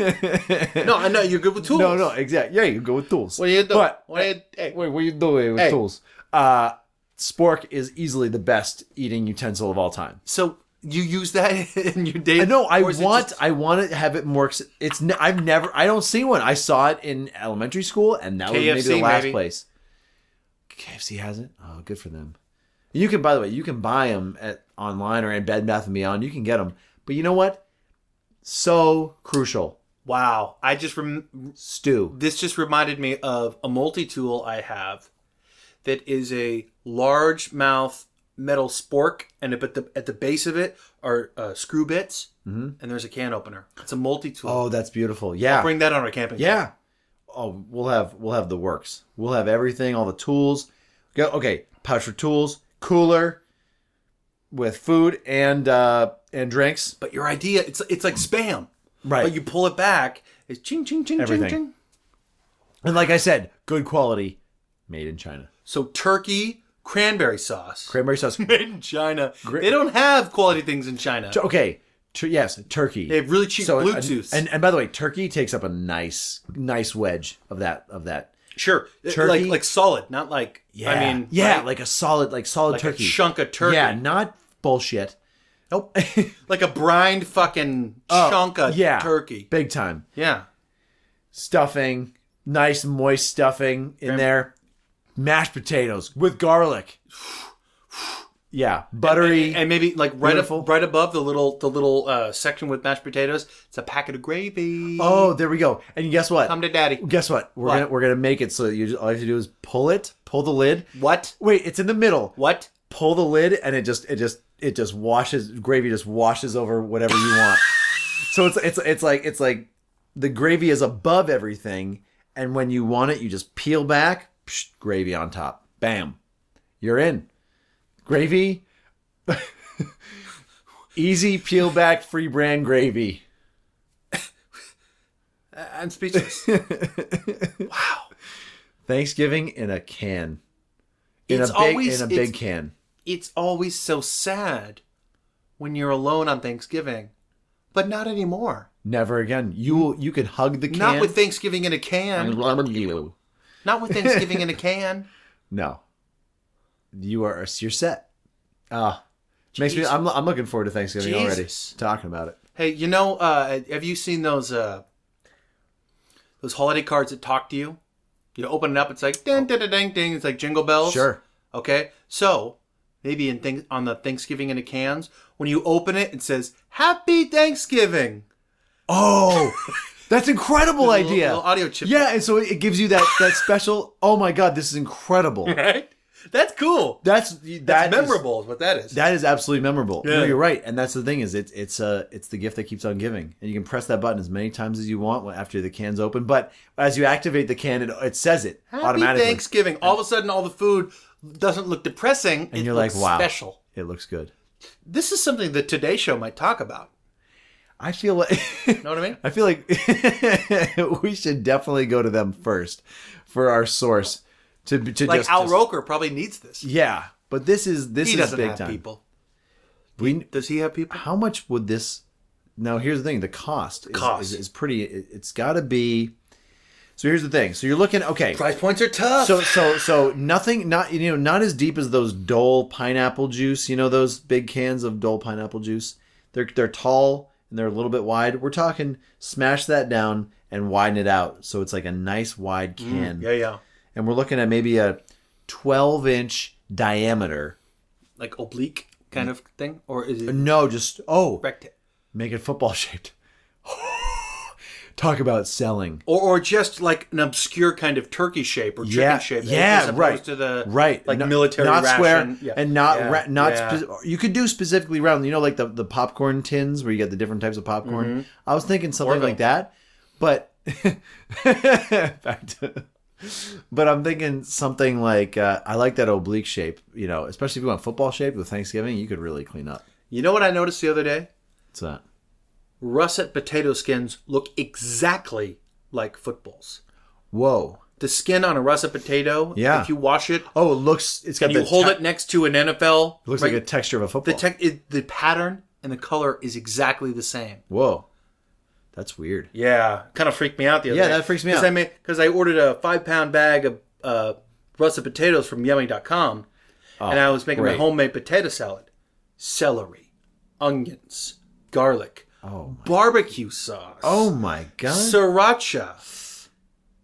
[SPEAKER 2] No, I know you're good with tools.
[SPEAKER 1] no, no, exactly. Yeah, you go with tools.
[SPEAKER 2] What are you doing?
[SPEAKER 1] But
[SPEAKER 2] what are you, hey,
[SPEAKER 1] wait, what are you doing with
[SPEAKER 2] Hey.
[SPEAKER 1] tools? Uh, spork is easily the best eating utensil of all time.
[SPEAKER 2] So you use that (laughs) in your day?
[SPEAKER 1] No, I
[SPEAKER 2] or is it
[SPEAKER 1] want,
[SPEAKER 2] just-
[SPEAKER 1] I want to have it more. ex- It's ne- I've never, I don't see one. I saw it in elementary school, and that was maybe the
[SPEAKER 2] KFC,
[SPEAKER 1] last
[SPEAKER 2] maybe.
[SPEAKER 1] place. KFC has it. Oh, good for them. You can, by the way, you can buy them at online or at Bed Bath and Beyond. You can get them, but you know what? So crucial,
[SPEAKER 2] wow. I just rem-
[SPEAKER 1] stew.
[SPEAKER 2] this just reminded me of a multi tool I have that is a large mouth metal spork, and at the at the base of it are uh, screw bits, and there's a can opener. It's a multi tool.
[SPEAKER 1] Mm-hmm. Oh, that's beautiful. Yeah.
[SPEAKER 2] Bring that on our camping. trip.
[SPEAKER 1] yeah. Oh, we'll have we'll have the works. We'll have everything, all the tools. Go okay, pouch for tools, cooler with food and uh and drinks.
[SPEAKER 2] But your idea, it's it's like spam.
[SPEAKER 1] Right.
[SPEAKER 2] But you pull it back. It's ching ching ching
[SPEAKER 1] Everything.
[SPEAKER 2] ching ching.
[SPEAKER 1] And like I said, good quality, made in China.
[SPEAKER 2] So turkey cranberry sauce.
[SPEAKER 1] Cranberry sauce.
[SPEAKER 2] Made (laughs) in China. They don't have quality things in China.
[SPEAKER 1] Tur- okay. Tur- yes, turkey.
[SPEAKER 2] They have really cheap
[SPEAKER 1] So, and-
[SPEAKER 2] Bluetooth.
[SPEAKER 1] And, and by the way, turkey takes up a nice nice wedge of that of that.
[SPEAKER 2] sure,
[SPEAKER 1] turkey-
[SPEAKER 2] like like solid, not like
[SPEAKER 1] Yeah.
[SPEAKER 2] I mean,
[SPEAKER 1] yeah,
[SPEAKER 2] right?
[SPEAKER 1] like a solid like solid
[SPEAKER 2] Like
[SPEAKER 1] turkey.
[SPEAKER 2] a chunk of turkey,
[SPEAKER 1] Yeah, not bullshit.
[SPEAKER 2] nope, like a brined fucking chunk of
[SPEAKER 1] Oh, yeah.
[SPEAKER 2] turkey.
[SPEAKER 1] (laughs) Big time.
[SPEAKER 2] Yeah,
[SPEAKER 1] stuffing, nice moist stuffing in there, mashed potatoes with garlic. (sighs) Yeah, buttery.
[SPEAKER 2] and maybe like right
[SPEAKER 1] Beautiful.
[SPEAKER 2] up, right above the little the little uh, section with mashed potatoes, it's a packet of gravy.
[SPEAKER 1] oh, there we go. And guess what?
[SPEAKER 2] come to daddy.
[SPEAKER 1] guess what? We're gonna we're gonna make it so that you just, all you have to do is pull it, pull the lid.
[SPEAKER 2] What?
[SPEAKER 1] Wait, it's in the middle.
[SPEAKER 2] What?
[SPEAKER 1] Pull the lid, and it just it just it just washes gravy. Just washes over whatever you
[SPEAKER 2] (laughs)
[SPEAKER 1] want. so it's it's it's like it's like the gravy is above everything, and when you want it, you just peel back, psh, gravy on top. Bam, you're in. Gravy, (laughs) easy peel back, free brand gravy. Uh,
[SPEAKER 2] I-
[SPEAKER 1] (laughs)
[SPEAKER 2] I'm speechless.
[SPEAKER 1] Thanksgiving in a can, in
[SPEAKER 2] It's
[SPEAKER 1] a big
[SPEAKER 2] always-
[SPEAKER 1] in a big
[SPEAKER 2] it's-
[SPEAKER 1] can.
[SPEAKER 2] (laughs) it's always so sad when you're alone on Thanksgiving, but not anymore.
[SPEAKER 1] Never again. You will, you could hug the can.
[SPEAKER 2] Not with Thanksgiving in a can.
[SPEAKER 1] (laughs)
[SPEAKER 2] Not with Thanksgiving in a can.
[SPEAKER 1] No. You are you're set. Ah. makes me
[SPEAKER 2] Jesus.
[SPEAKER 1] I'm I'm looking forward to Thanksgiving
[SPEAKER 2] Jesus.
[SPEAKER 1] already. Talking about it.
[SPEAKER 2] Hey, you know, uh, have you seen those uh, those holiday cards that talk to you? You open it up, it's like ding, ding, ding, ding. It's like jingle bells.
[SPEAKER 1] Sure.
[SPEAKER 2] Okay. So maybe in things on the Thanksgiving in a cans, when you open it, it says "Happy Thanksgiving." (laughs)
[SPEAKER 1] Oh. That's incredible
[SPEAKER 2] There's a little-
[SPEAKER 1] idea.
[SPEAKER 2] little audio chip.
[SPEAKER 1] Yeah, and so it gives you that that special, "Oh my god, this is incredible."
[SPEAKER 2] (laughs) Right. That's cool.
[SPEAKER 1] That's
[SPEAKER 2] That's
[SPEAKER 1] that is-
[SPEAKER 2] memorable. Is, what that is.
[SPEAKER 1] that is absolutely memorable.
[SPEAKER 2] Yeah.
[SPEAKER 1] No, you're right, and that's the thing is it's it's uh it's the gift that keeps on giving, and you can press that button as many times as you want after the can's open. But as you activate the can, it, it says it
[SPEAKER 2] Happy
[SPEAKER 1] automatically.
[SPEAKER 2] Thanksgiving. All of a sudden, all the food doesn't look depressing.
[SPEAKER 1] And
[SPEAKER 2] it
[SPEAKER 1] you're like,
[SPEAKER 2] looks
[SPEAKER 1] wow.
[SPEAKER 2] special.
[SPEAKER 1] It looks good.
[SPEAKER 2] This is something the Today Show might talk about.
[SPEAKER 1] I feel like
[SPEAKER 2] Know what I mean?
[SPEAKER 1] I feel like (laughs) we should definitely go to them first for our source to to
[SPEAKER 2] Like
[SPEAKER 1] just,
[SPEAKER 2] Al
[SPEAKER 1] just-
[SPEAKER 2] Roker probably needs this.
[SPEAKER 1] Yeah, but this is this
[SPEAKER 2] he
[SPEAKER 1] is
[SPEAKER 2] doesn't
[SPEAKER 1] big
[SPEAKER 2] have
[SPEAKER 1] time.
[SPEAKER 2] people.
[SPEAKER 1] We
[SPEAKER 2] Does he have people?
[SPEAKER 1] how much would this? Now here's the thing: the cost is,
[SPEAKER 2] Cost.
[SPEAKER 1] is, is pretty. It, it's got to be. So here's the thing. So you're looking okay.
[SPEAKER 2] Price points are tough.
[SPEAKER 1] So so so nothing. Not you know not as deep as those Dole pineapple juice. You know those big cans of Dole pineapple juice. They're they're tall and they're a little bit wide. We're talking smash that down and widen it out so it's like a nice wide can.
[SPEAKER 2] yeah, yeah.
[SPEAKER 1] And we're looking at maybe a 12 inch diameter.
[SPEAKER 2] Like oblique
[SPEAKER 1] Mm.
[SPEAKER 2] kind of thing, or is it
[SPEAKER 1] No, just oh,
[SPEAKER 2] rectangle?
[SPEAKER 1] make it football (laughs) shaped. (gasps) Talk about selling.
[SPEAKER 2] Or, or just like an obscure kind of turkey shape or chicken
[SPEAKER 1] yeah,
[SPEAKER 2] shape,
[SPEAKER 1] yeah,
[SPEAKER 2] as opposed
[SPEAKER 1] right.
[SPEAKER 2] to the
[SPEAKER 1] right,
[SPEAKER 2] like
[SPEAKER 1] No-
[SPEAKER 2] military
[SPEAKER 1] not
[SPEAKER 2] ration.
[SPEAKER 1] square,
[SPEAKER 2] Yeah.
[SPEAKER 1] and not
[SPEAKER 2] Yeah,
[SPEAKER 1] ra- not.
[SPEAKER 2] yeah.
[SPEAKER 1] speci- you could do specifically round. You know, like the the popcorn tins where you get the different types of popcorn. I was thinking something
[SPEAKER 2] Mm-hmm.
[SPEAKER 1] like
[SPEAKER 2] Orville.
[SPEAKER 1] that, but (laughs) back to. But I'm thinking something like uh, I like that oblique shape. You know, especially if you want football shaped with Thanksgiving, you could really clean up.
[SPEAKER 2] you know what I noticed the other day?
[SPEAKER 1] What's that?
[SPEAKER 2] Russet potato skins look exactly like footballs.
[SPEAKER 1] Whoa!
[SPEAKER 2] The skin on a russet potato,
[SPEAKER 1] Yeah.
[SPEAKER 2] if you wash it,
[SPEAKER 1] Oh, it looks. It's got
[SPEAKER 2] you
[SPEAKER 1] the
[SPEAKER 2] hold
[SPEAKER 1] te-
[SPEAKER 2] it next to an NFL.
[SPEAKER 1] Looks
[SPEAKER 2] right,
[SPEAKER 1] like a texture of a
[SPEAKER 2] the
[SPEAKER 1] football.
[SPEAKER 2] tech, it, the pattern and the color is exactly the same.
[SPEAKER 1] Whoa, that's weird.
[SPEAKER 2] Yeah, kind of freaked me out the other
[SPEAKER 1] Yeah,
[SPEAKER 2] day.
[SPEAKER 1] that freaks me
[SPEAKER 2] Cause
[SPEAKER 1] out.
[SPEAKER 2] I made because I ordered a five pound bag of uh, russet potatoes from Yummy.com, and I was making
[SPEAKER 1] great.
[SPEAKER 2] my homemade potato salad: celery, onions, garlic,
[SPEAKER 1] Oh,
[SPEAKER 2] barbecue sauce,
[SPEAKER 1] oh my god!
[SPEAKER 2] sriracha.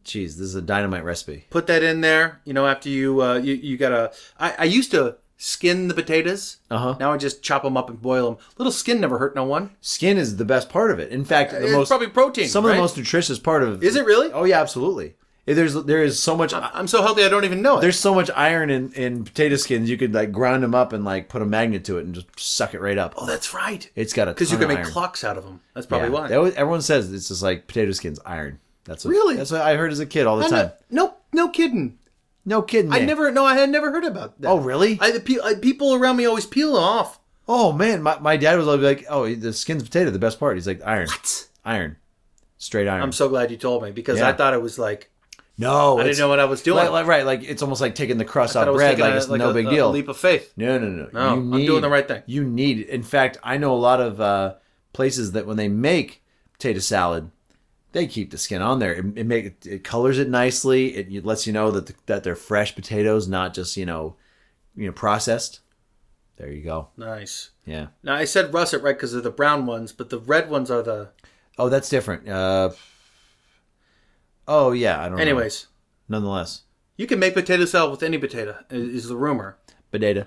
[SPEAKER 1] Jeez, this is a dynamite recipe.
[SPEAKER 2] Put that in there. You know, after you uh, you you gotta. I, I used to skin the potatoes.
[SPEAKER 1] Uh huh.
[SPEAKER 2] Now I just chop them up and boil them. Little skin never hurt no one.
[SPEAKER 1] Skin is the best part of it. In fact, the
[SPEAKER 2] it's
[SPEAKER 1] most
[SPEAKER 2] probably protein.
[SPEAKER 1] some of
[SPEAKER 2] right?
[SPEAKER 1] the most nutritious part of
[SPEAKER 2] Is it really?
[SPEAKER 1] Oh yeah, absolutely. There's there is so much
[SPEAKER 2] I'm so healthy I don't even know it.
[SPEAKER 1] there's so much iron in, in potato skins. You could like grind them up and like put a magnet to it and just suck it right up.
[SPEAKER 2] oh, that's right.
[SPEAKER 1] it's got a
[SPEAKER 2] Because you
[SPEAKER 1] ton
[SPEAKER 2] can
[SPEAKER 1] of
[SPEAKER 2] make
[SPEAKER 1] iron.
[SPEAKER 2] clocks out of them. That's probably
[SPEAKER 1] Yeah.
[SPEAKER 2] why.
[SPEAKER 1] That was- everyone says it's just like potato skins iron. That's what,
[SPEAKER 2] Really?
[SPEAKER 1] That's what I heard as a kid all the
[SPEAKER 2] I
[SPEAKER 1] time.
[SPEAKER 2] know- no, no kidding.
[SPEAKER 1] No kidding.
[SPEAKER 2] I
[SPEAKER 1] man.
[SPEAKER 2] never, no, I had never heard about that.
[SPEAKER 1] Oh really?
[SPEAKER 2] I, the pe- I, people around me always peel them off.
[SPEAKER 1] oh man, my, my dad was always like, "Oh, the skin's potato, the best part." He's like, "Iron,
[SPEAKER 2] What?
[SPEAKER 1] iron, straight iron."
[SPEAKER 2] I'm so glad you told me because I
[SPEAKER 1] Yeah.
[SPEAKER 2] thought it was like
[SPEAKER 1] no,
[SPEAKER 2] I didn't
[SPEAKER 1] it's-
[SPEAKER 2] know what I was doing.
[SPEAKER 1] Like, like- right, like it's almost like taking the crust
[SPEAKER 2] I
[SPEAKER 1] off
[SPEAKER 2] was
[SPEAKER 1] bread.
[SPEAKER 2] taking
[SPEAKER 1] Like
[SPEAKER 2] a-
[SPEAKER 1] it's no
[SPEAKER 2] a-
[SPEAKER 1] big
[SPEAKER 2] a
[SPEAKER 1] deal.
[SPEAKER 2] leap of faith.
[SPEAKER 1] No, no, no.
[SPEAKER 2] No, I'm doing the right thing.
[SPEAKER 1] You need. In fact, I know a lot of uh, places that when they make potato salad, they keep the skin on there. It, it make it, colors it nicely. It, it lets you know that the, that they're fresh potatoes, not just you know, you know, processed. There you go.
[SPEAKER 2] Nice.
[SPEAKER 1] Yeah.
[SPEAKER 2] Now I said russet right because they're the brown ones, but the red ones are the.
[SPEAKER 1] Oh, that's different. Uh, oh yeah, I don't. know.
[SPEAKER 2] Anyways,
[SPEAKER 1] nonetheless,
[SPEAKER 2] you can make potato salad with any potato. i- Is the rumor.
[SPEAKER 1] potato.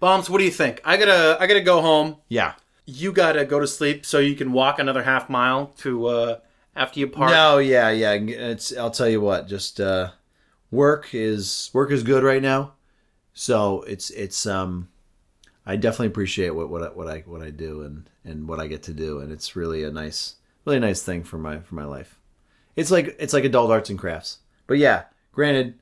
[SPEAKER 2] Bombs. What do you think? I gotta. I gotta go home.
[SPEAKER 1] Yeah.
[SPEAKER 2] You gotta go to sleep so you can walk another half mile to uh after you park.
[SPEAKER 1] No, yeah, yeah. It's I'll tell you what. Just uh, work is work is good right now, so it's it's um, I definitely appreciate what what I, what I what I do and and what I get to do, and it's really a nice really nice thing for my for my life. It's like it's like adult arts and crafts. But yeah, granted,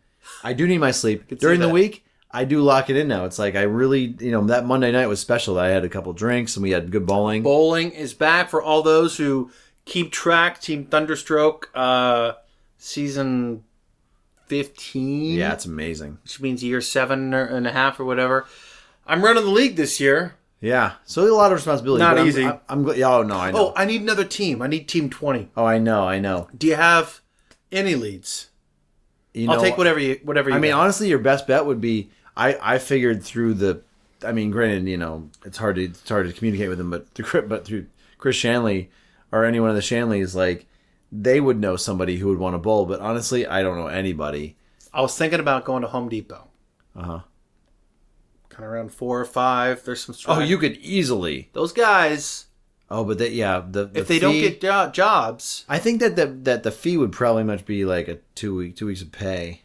[SPEAKER 1] I do need my sleep
[SPEAKER 2] see
[SPEAKER 1] during the
[SPEAKER 2] that.
[SPEAKER 1] week. I do lock it in now. It's like I really, you know, that Monday night was special. I had a couple drinks and we had good bowling.
[SPEAKER 2] Bowling is back for all those who keep track. Team Thunderstroke, uh, season 15,
[SPEAKER 1] yeah, it's amazing.
[SPEAKER 2] which means year seven or, and a half or whatever. I'm running the league this year.
[SPEAKER 1] Yeah, so a lot of responsibility.
[SPEAKER 2] Not
[SPEAKER 1] but I'm-
[SPEAKER 2] easy.
[SPEAKER 1] I'm, I'm, gl- oh no, I know.
[SPEAKER 2] Oh, I need another team. I need team 20.
[SPEAKER 1] Oh, I know, I know.
[SPEAKER 2] Do you have any leads?
[SPEAKER 1] You
[SPEAKER 2] I'll
[SPEAKER 1] know,
[SPEAKER 2] take whatever you whatever you
[SPEAKER 1] I mean,
[SPEAKER 2] got.
[SPEAKER 1] honestly, your best bet would be I. I figured through the. I mean, granted, you know, it's hard to it's hard to communicate with them, but through, but through Chris Shanley or any one of the Shanleys, like they would know somebody who would want to bowl. But honestly, I don't know anybody.
[SPEAKER 2] I was thinking about going to Home Depot.
[SPEAKER 1] Uh huh.
[SPEAKER 2] Kind of around four or five. There's some
[SPEAKER 1] Oh,
[SPEAKER 2] stripe.
[SPEAKER 1] you could easily.
[SPEAKER 2] Those guys,
[SPEAKER 1] Oh, but that yeah. The, the
[SPEAKER 2] if they don't
[SPEAKER 1] fee-
[SPEAKER 2] get jo- jobs,
[SPEAKER 1] I think that the, that the fee would probably much be like a two week two weeks of pay.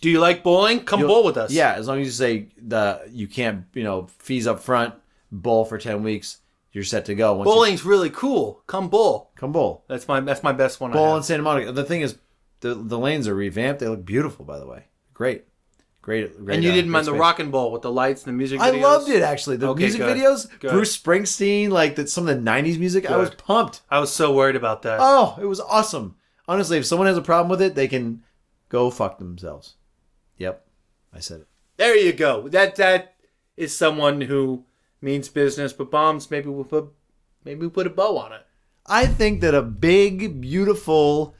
[SPEAKER 2] do you like bowling? Come bowl with us.
[SPEAKER 1] Yeah, as long as you say the you can't you know fees up front, bowl for ten weeks, you're set to go. Once you-
[SPEAKER 2] Bowling's really cool. Come bowl.
[SPEAKER 1] come bowl.
[SPEAKER 2] That's my that's my best one. I
[SPEAKER 1] Bowl
[SPEAKER 2] have.
[SPEAKER 1] in Santa Monica. The thing is, the the lanes are revamped. They look beautiful, by the way. Great, great. great
[SPEAKER 2] And you
[SPEAKER 1] uh,
[SPEAKER 2] didn't
[SPEAKER 1] great
[SPEAKER 2] mind the
[SPEAKER 1] space.
[SPEAKER 2] rock and roll with the lights and the music.
[SPEAKER 1] I
[SPEAKER 2] videos?
[SPEAKER 1] loved it actually. The
[SPEAKER 2] Okay,
[SPEAKER 1] music
[SPEAKER 2] good.
[SPEAKER 1] videos,
[SPEAKER 2] Good.
[SPEAKER 1] Bruce Springsteen, like that some of the '90s music. I was
[SPEAKER 2] Good.
[SPEAKER 1] pumped.
[SPEAKER 2] I was so worried about that.
[SPEAKER 1] Oh, it was awesome. Honestly, if someone has a problem with it, they can go fuck themselves. Yep, I said it.
[SPEAKER 2] there you go. That that is someone who means business. But bombs, maybe we'll put maybe we put a bow on it.
[SPEAKER 1] I think that a big, beautiful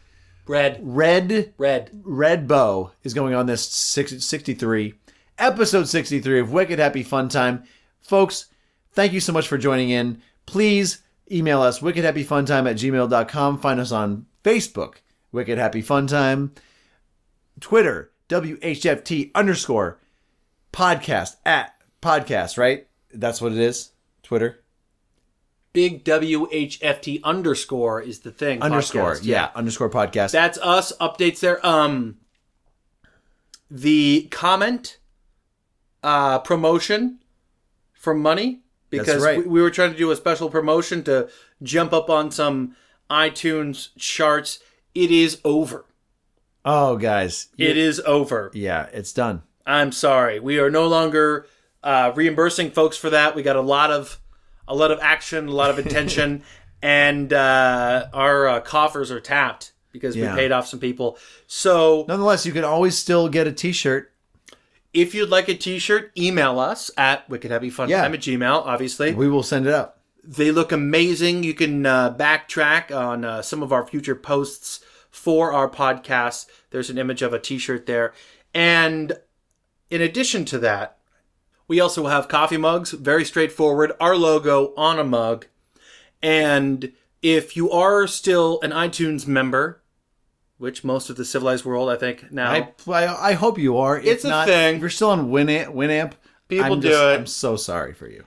[SPEAKER 2] Red,
[SPEAKER 1] red
[SPEAKER 2] red.
[SPEAKER 1] Red Bow is going on this six- 63, episode 63 of Wicked Happy Fun Time. Folks, thank you so much for joining in. Please email us wickedhappyfuntime at gmail.com. Find us on Facebook, Wicked Happy Fun Time. Twitter, WHFT underscore podcast at podcast, right? That's what it is. Twitter
[SPEAKER 2] Big WHFT underscore is the thing.
[SPEAKER 1] underscore,
[SPEAKER 2] podcast,
[SPEAKER 1] yeah, underscore podcast.
[SPEAKER 2] That's us. Updates there. Um, the comment, uh, promotion for money because
[SPEAKER 1] right.
[SPEAKER 2] we, we were trying to do a special promotion to jump up on some iTunes charts. It is over.
[SPEAKER 1] oh, guys.
[SPEAKER 2] It is over.
[SPEAKER 1] yeah, it's done.
[SPEAKER 2] I'm sorry. We are no longer uh, reimbursing folks for that. We got a lot of a lot of action, a lot of
[SPEAKER 1] (laughs)
[SPEAKER 2] attention, and uh, our uh, coffers are tapped because
[SPEAKER 1] Yeah.
[SPEAKER 2] we paid off some people. So
[SPEAKER 1] Nonetheless, you can always still get a t shirt
[SPEAKER 2] If you'd like a t-shirt, email us at wickedhappyfuntime
[SPEAKER 1] Yeah.
[SPEAKER 2] at gmail, obviously.
[SPEAKER 1] We will send it up.
[SPEAKER 2] They look amazing. You can uh, backtrack on uh, some of our future posts for our podcast. There's an image of a t-shirt there. And in addition to that, we also have coffee mugs, very straightforward, our logo on a mug. And if you are still an iTunes member, which most of the civilized world, I think, now
[SPEAKER 1] I, I I hope you are. If
[SPEAKER 2] It's a
[SPEAKER 1] not,
[SPEAKER 2] thing.
[SPEAKER 1] If you're still on Winamp, Winamp
[SPEAKER 2] People
[SPEAKER 1] I'm
[SPEAKER 2] do
[SPEAKER 1] just-
[SPEAKER 2] it.
[SPEAKER 1] I'm so sorry for you.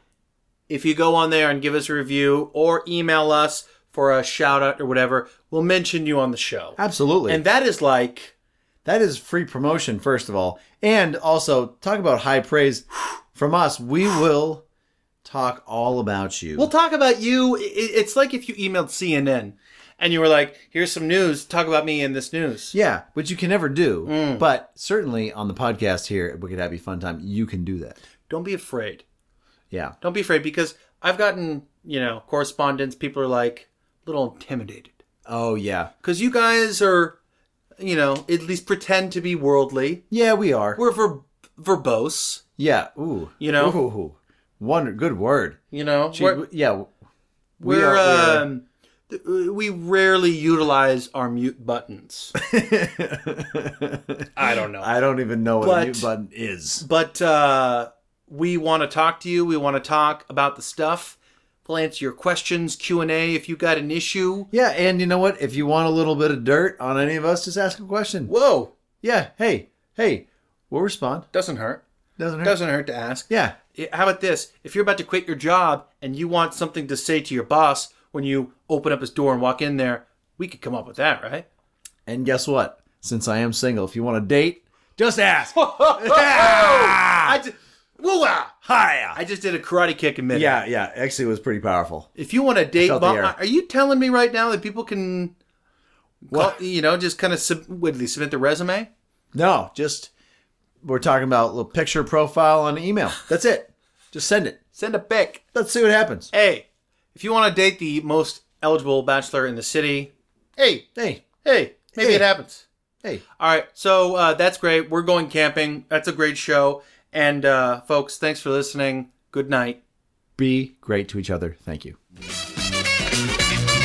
[SPEAKER 2] if you go on there and give us a review or email us for a shout out or whatever, we'll mention you on the show.
[SPEAKER 1] Absolutely.
[SPEAKER 2] And that is like
[SPEAKER 1] That is free promotion, first of all. And also, talk about high praise from us. We will talk all about you.
[SPEAKER 2] We'll talk about you. I- It's like if you emailed CNN and you were like, here's some news, talk about me in this news.
[SPEAKER 1] yeah, which you can never do.
[SPEAKER 2] Mm.
[SPEAKER 1] But certainly on the podcast here at Wicked Happy Fun Time, you can do that.
[SPEAKER 2] Don't be afraid.
[SPEAKER 1] Yeah.
[SPEAKER 2] Don't be afraid because I've gotten, you know, correspondence. People are like a little intimidated
[SPEAKER 1] Oh, yeah.
[SPEAKER 2] because you guys are, you know, at least pretend to be worldly.
[SPEAKER 1] Yeah, we are.
[SPEAKER 2] We're ver- verbose,
[SPEAKER 1] yeah. Ooh.
[SPEAKER 2] You know?
[SPEAKER 1] Ooh. Wonder, good word.
[SPEAKER 2] you know.
[SPEAKER 1] Gee,
[SPEAKER 2] we're
[SPEAKER 1] w- yeah. We
[SPEAKER 2] we're,
[SPEAKER 1] are-
[SPEAKER 2] um, th- we rarely utilize our mute (laughs) buttons. I don't know.
[SPEAKER 1] (laughs) I don't even know what
[SPEAKER 2] But-
[SPEAKER 1] a mute button is.
[SPEAKER 2] But uh, we want to talk to you. We want to talk about the stuff. We'll answer your questions, Q and A. If you got an issue,
[SPEAKER 1] Yeah, and you know what? If you want a little bit of dirt on any of us, just ask a question.
[SPEAKER 2] whoa,
[SPEAKER 1] Yeah, hey, hey, we'll respond.
[SPEAKER 2] doesn't hurt.
[SPEAKER 1] Doesn't hurt.
[SPEAKER 2] Doesn't hurt to ask.
[SPEAKER 1] Yeah,
[SPEAKER 2] I- How about this? If you're about to quit your job and you want something to say to your boss when you open up his door and walk in there, we could come up with that, (laughs) right?
[SPEAKER 1] and guess what? Since I am single, if you want a date, just ask.
[SPEAKER 2] I just, woo
[SPEAKER 1] Hi.
[SPEAKER 2] I just did a karate kick in mid.
[SPEAKER 1] Yeah, yeah. Actually, it was pretty powerful.
[SPEAKER 2] If you want to date,
[SPEAKER 1] felt the
[SPEAKER 2] mom,
[SPEAKER 1] air.
[SPEAKER 2] are you telling me right now that people can, call, you know, just kind of sub, what, do they submit their resume?
[SPEAKER 1] No, just we're talking about a little picture profile on email. That's it. Just send it.
[SPEAKER 2] Send a pic.
[SPEAKER 1] Let's see what happens.
[SPEAKER 2] Hey, if you want to date the most eligible bachelor in the city, hey,
[SPEAKER 1] Hey,
[SPEAKER 2] hey, maybe
[SPEAKER 1] Hey.
[SPEAKER 2] it happens.
[SPEAKER 1] hey.
[SPEAKER 2] All right, so uh, that's great. We're going camping. That's a great show. And uh, folks, thanks for listening. Good night.
[SPEAKER 1] Be great to each other. Thank you.
[SPEAKER 3] Thank you.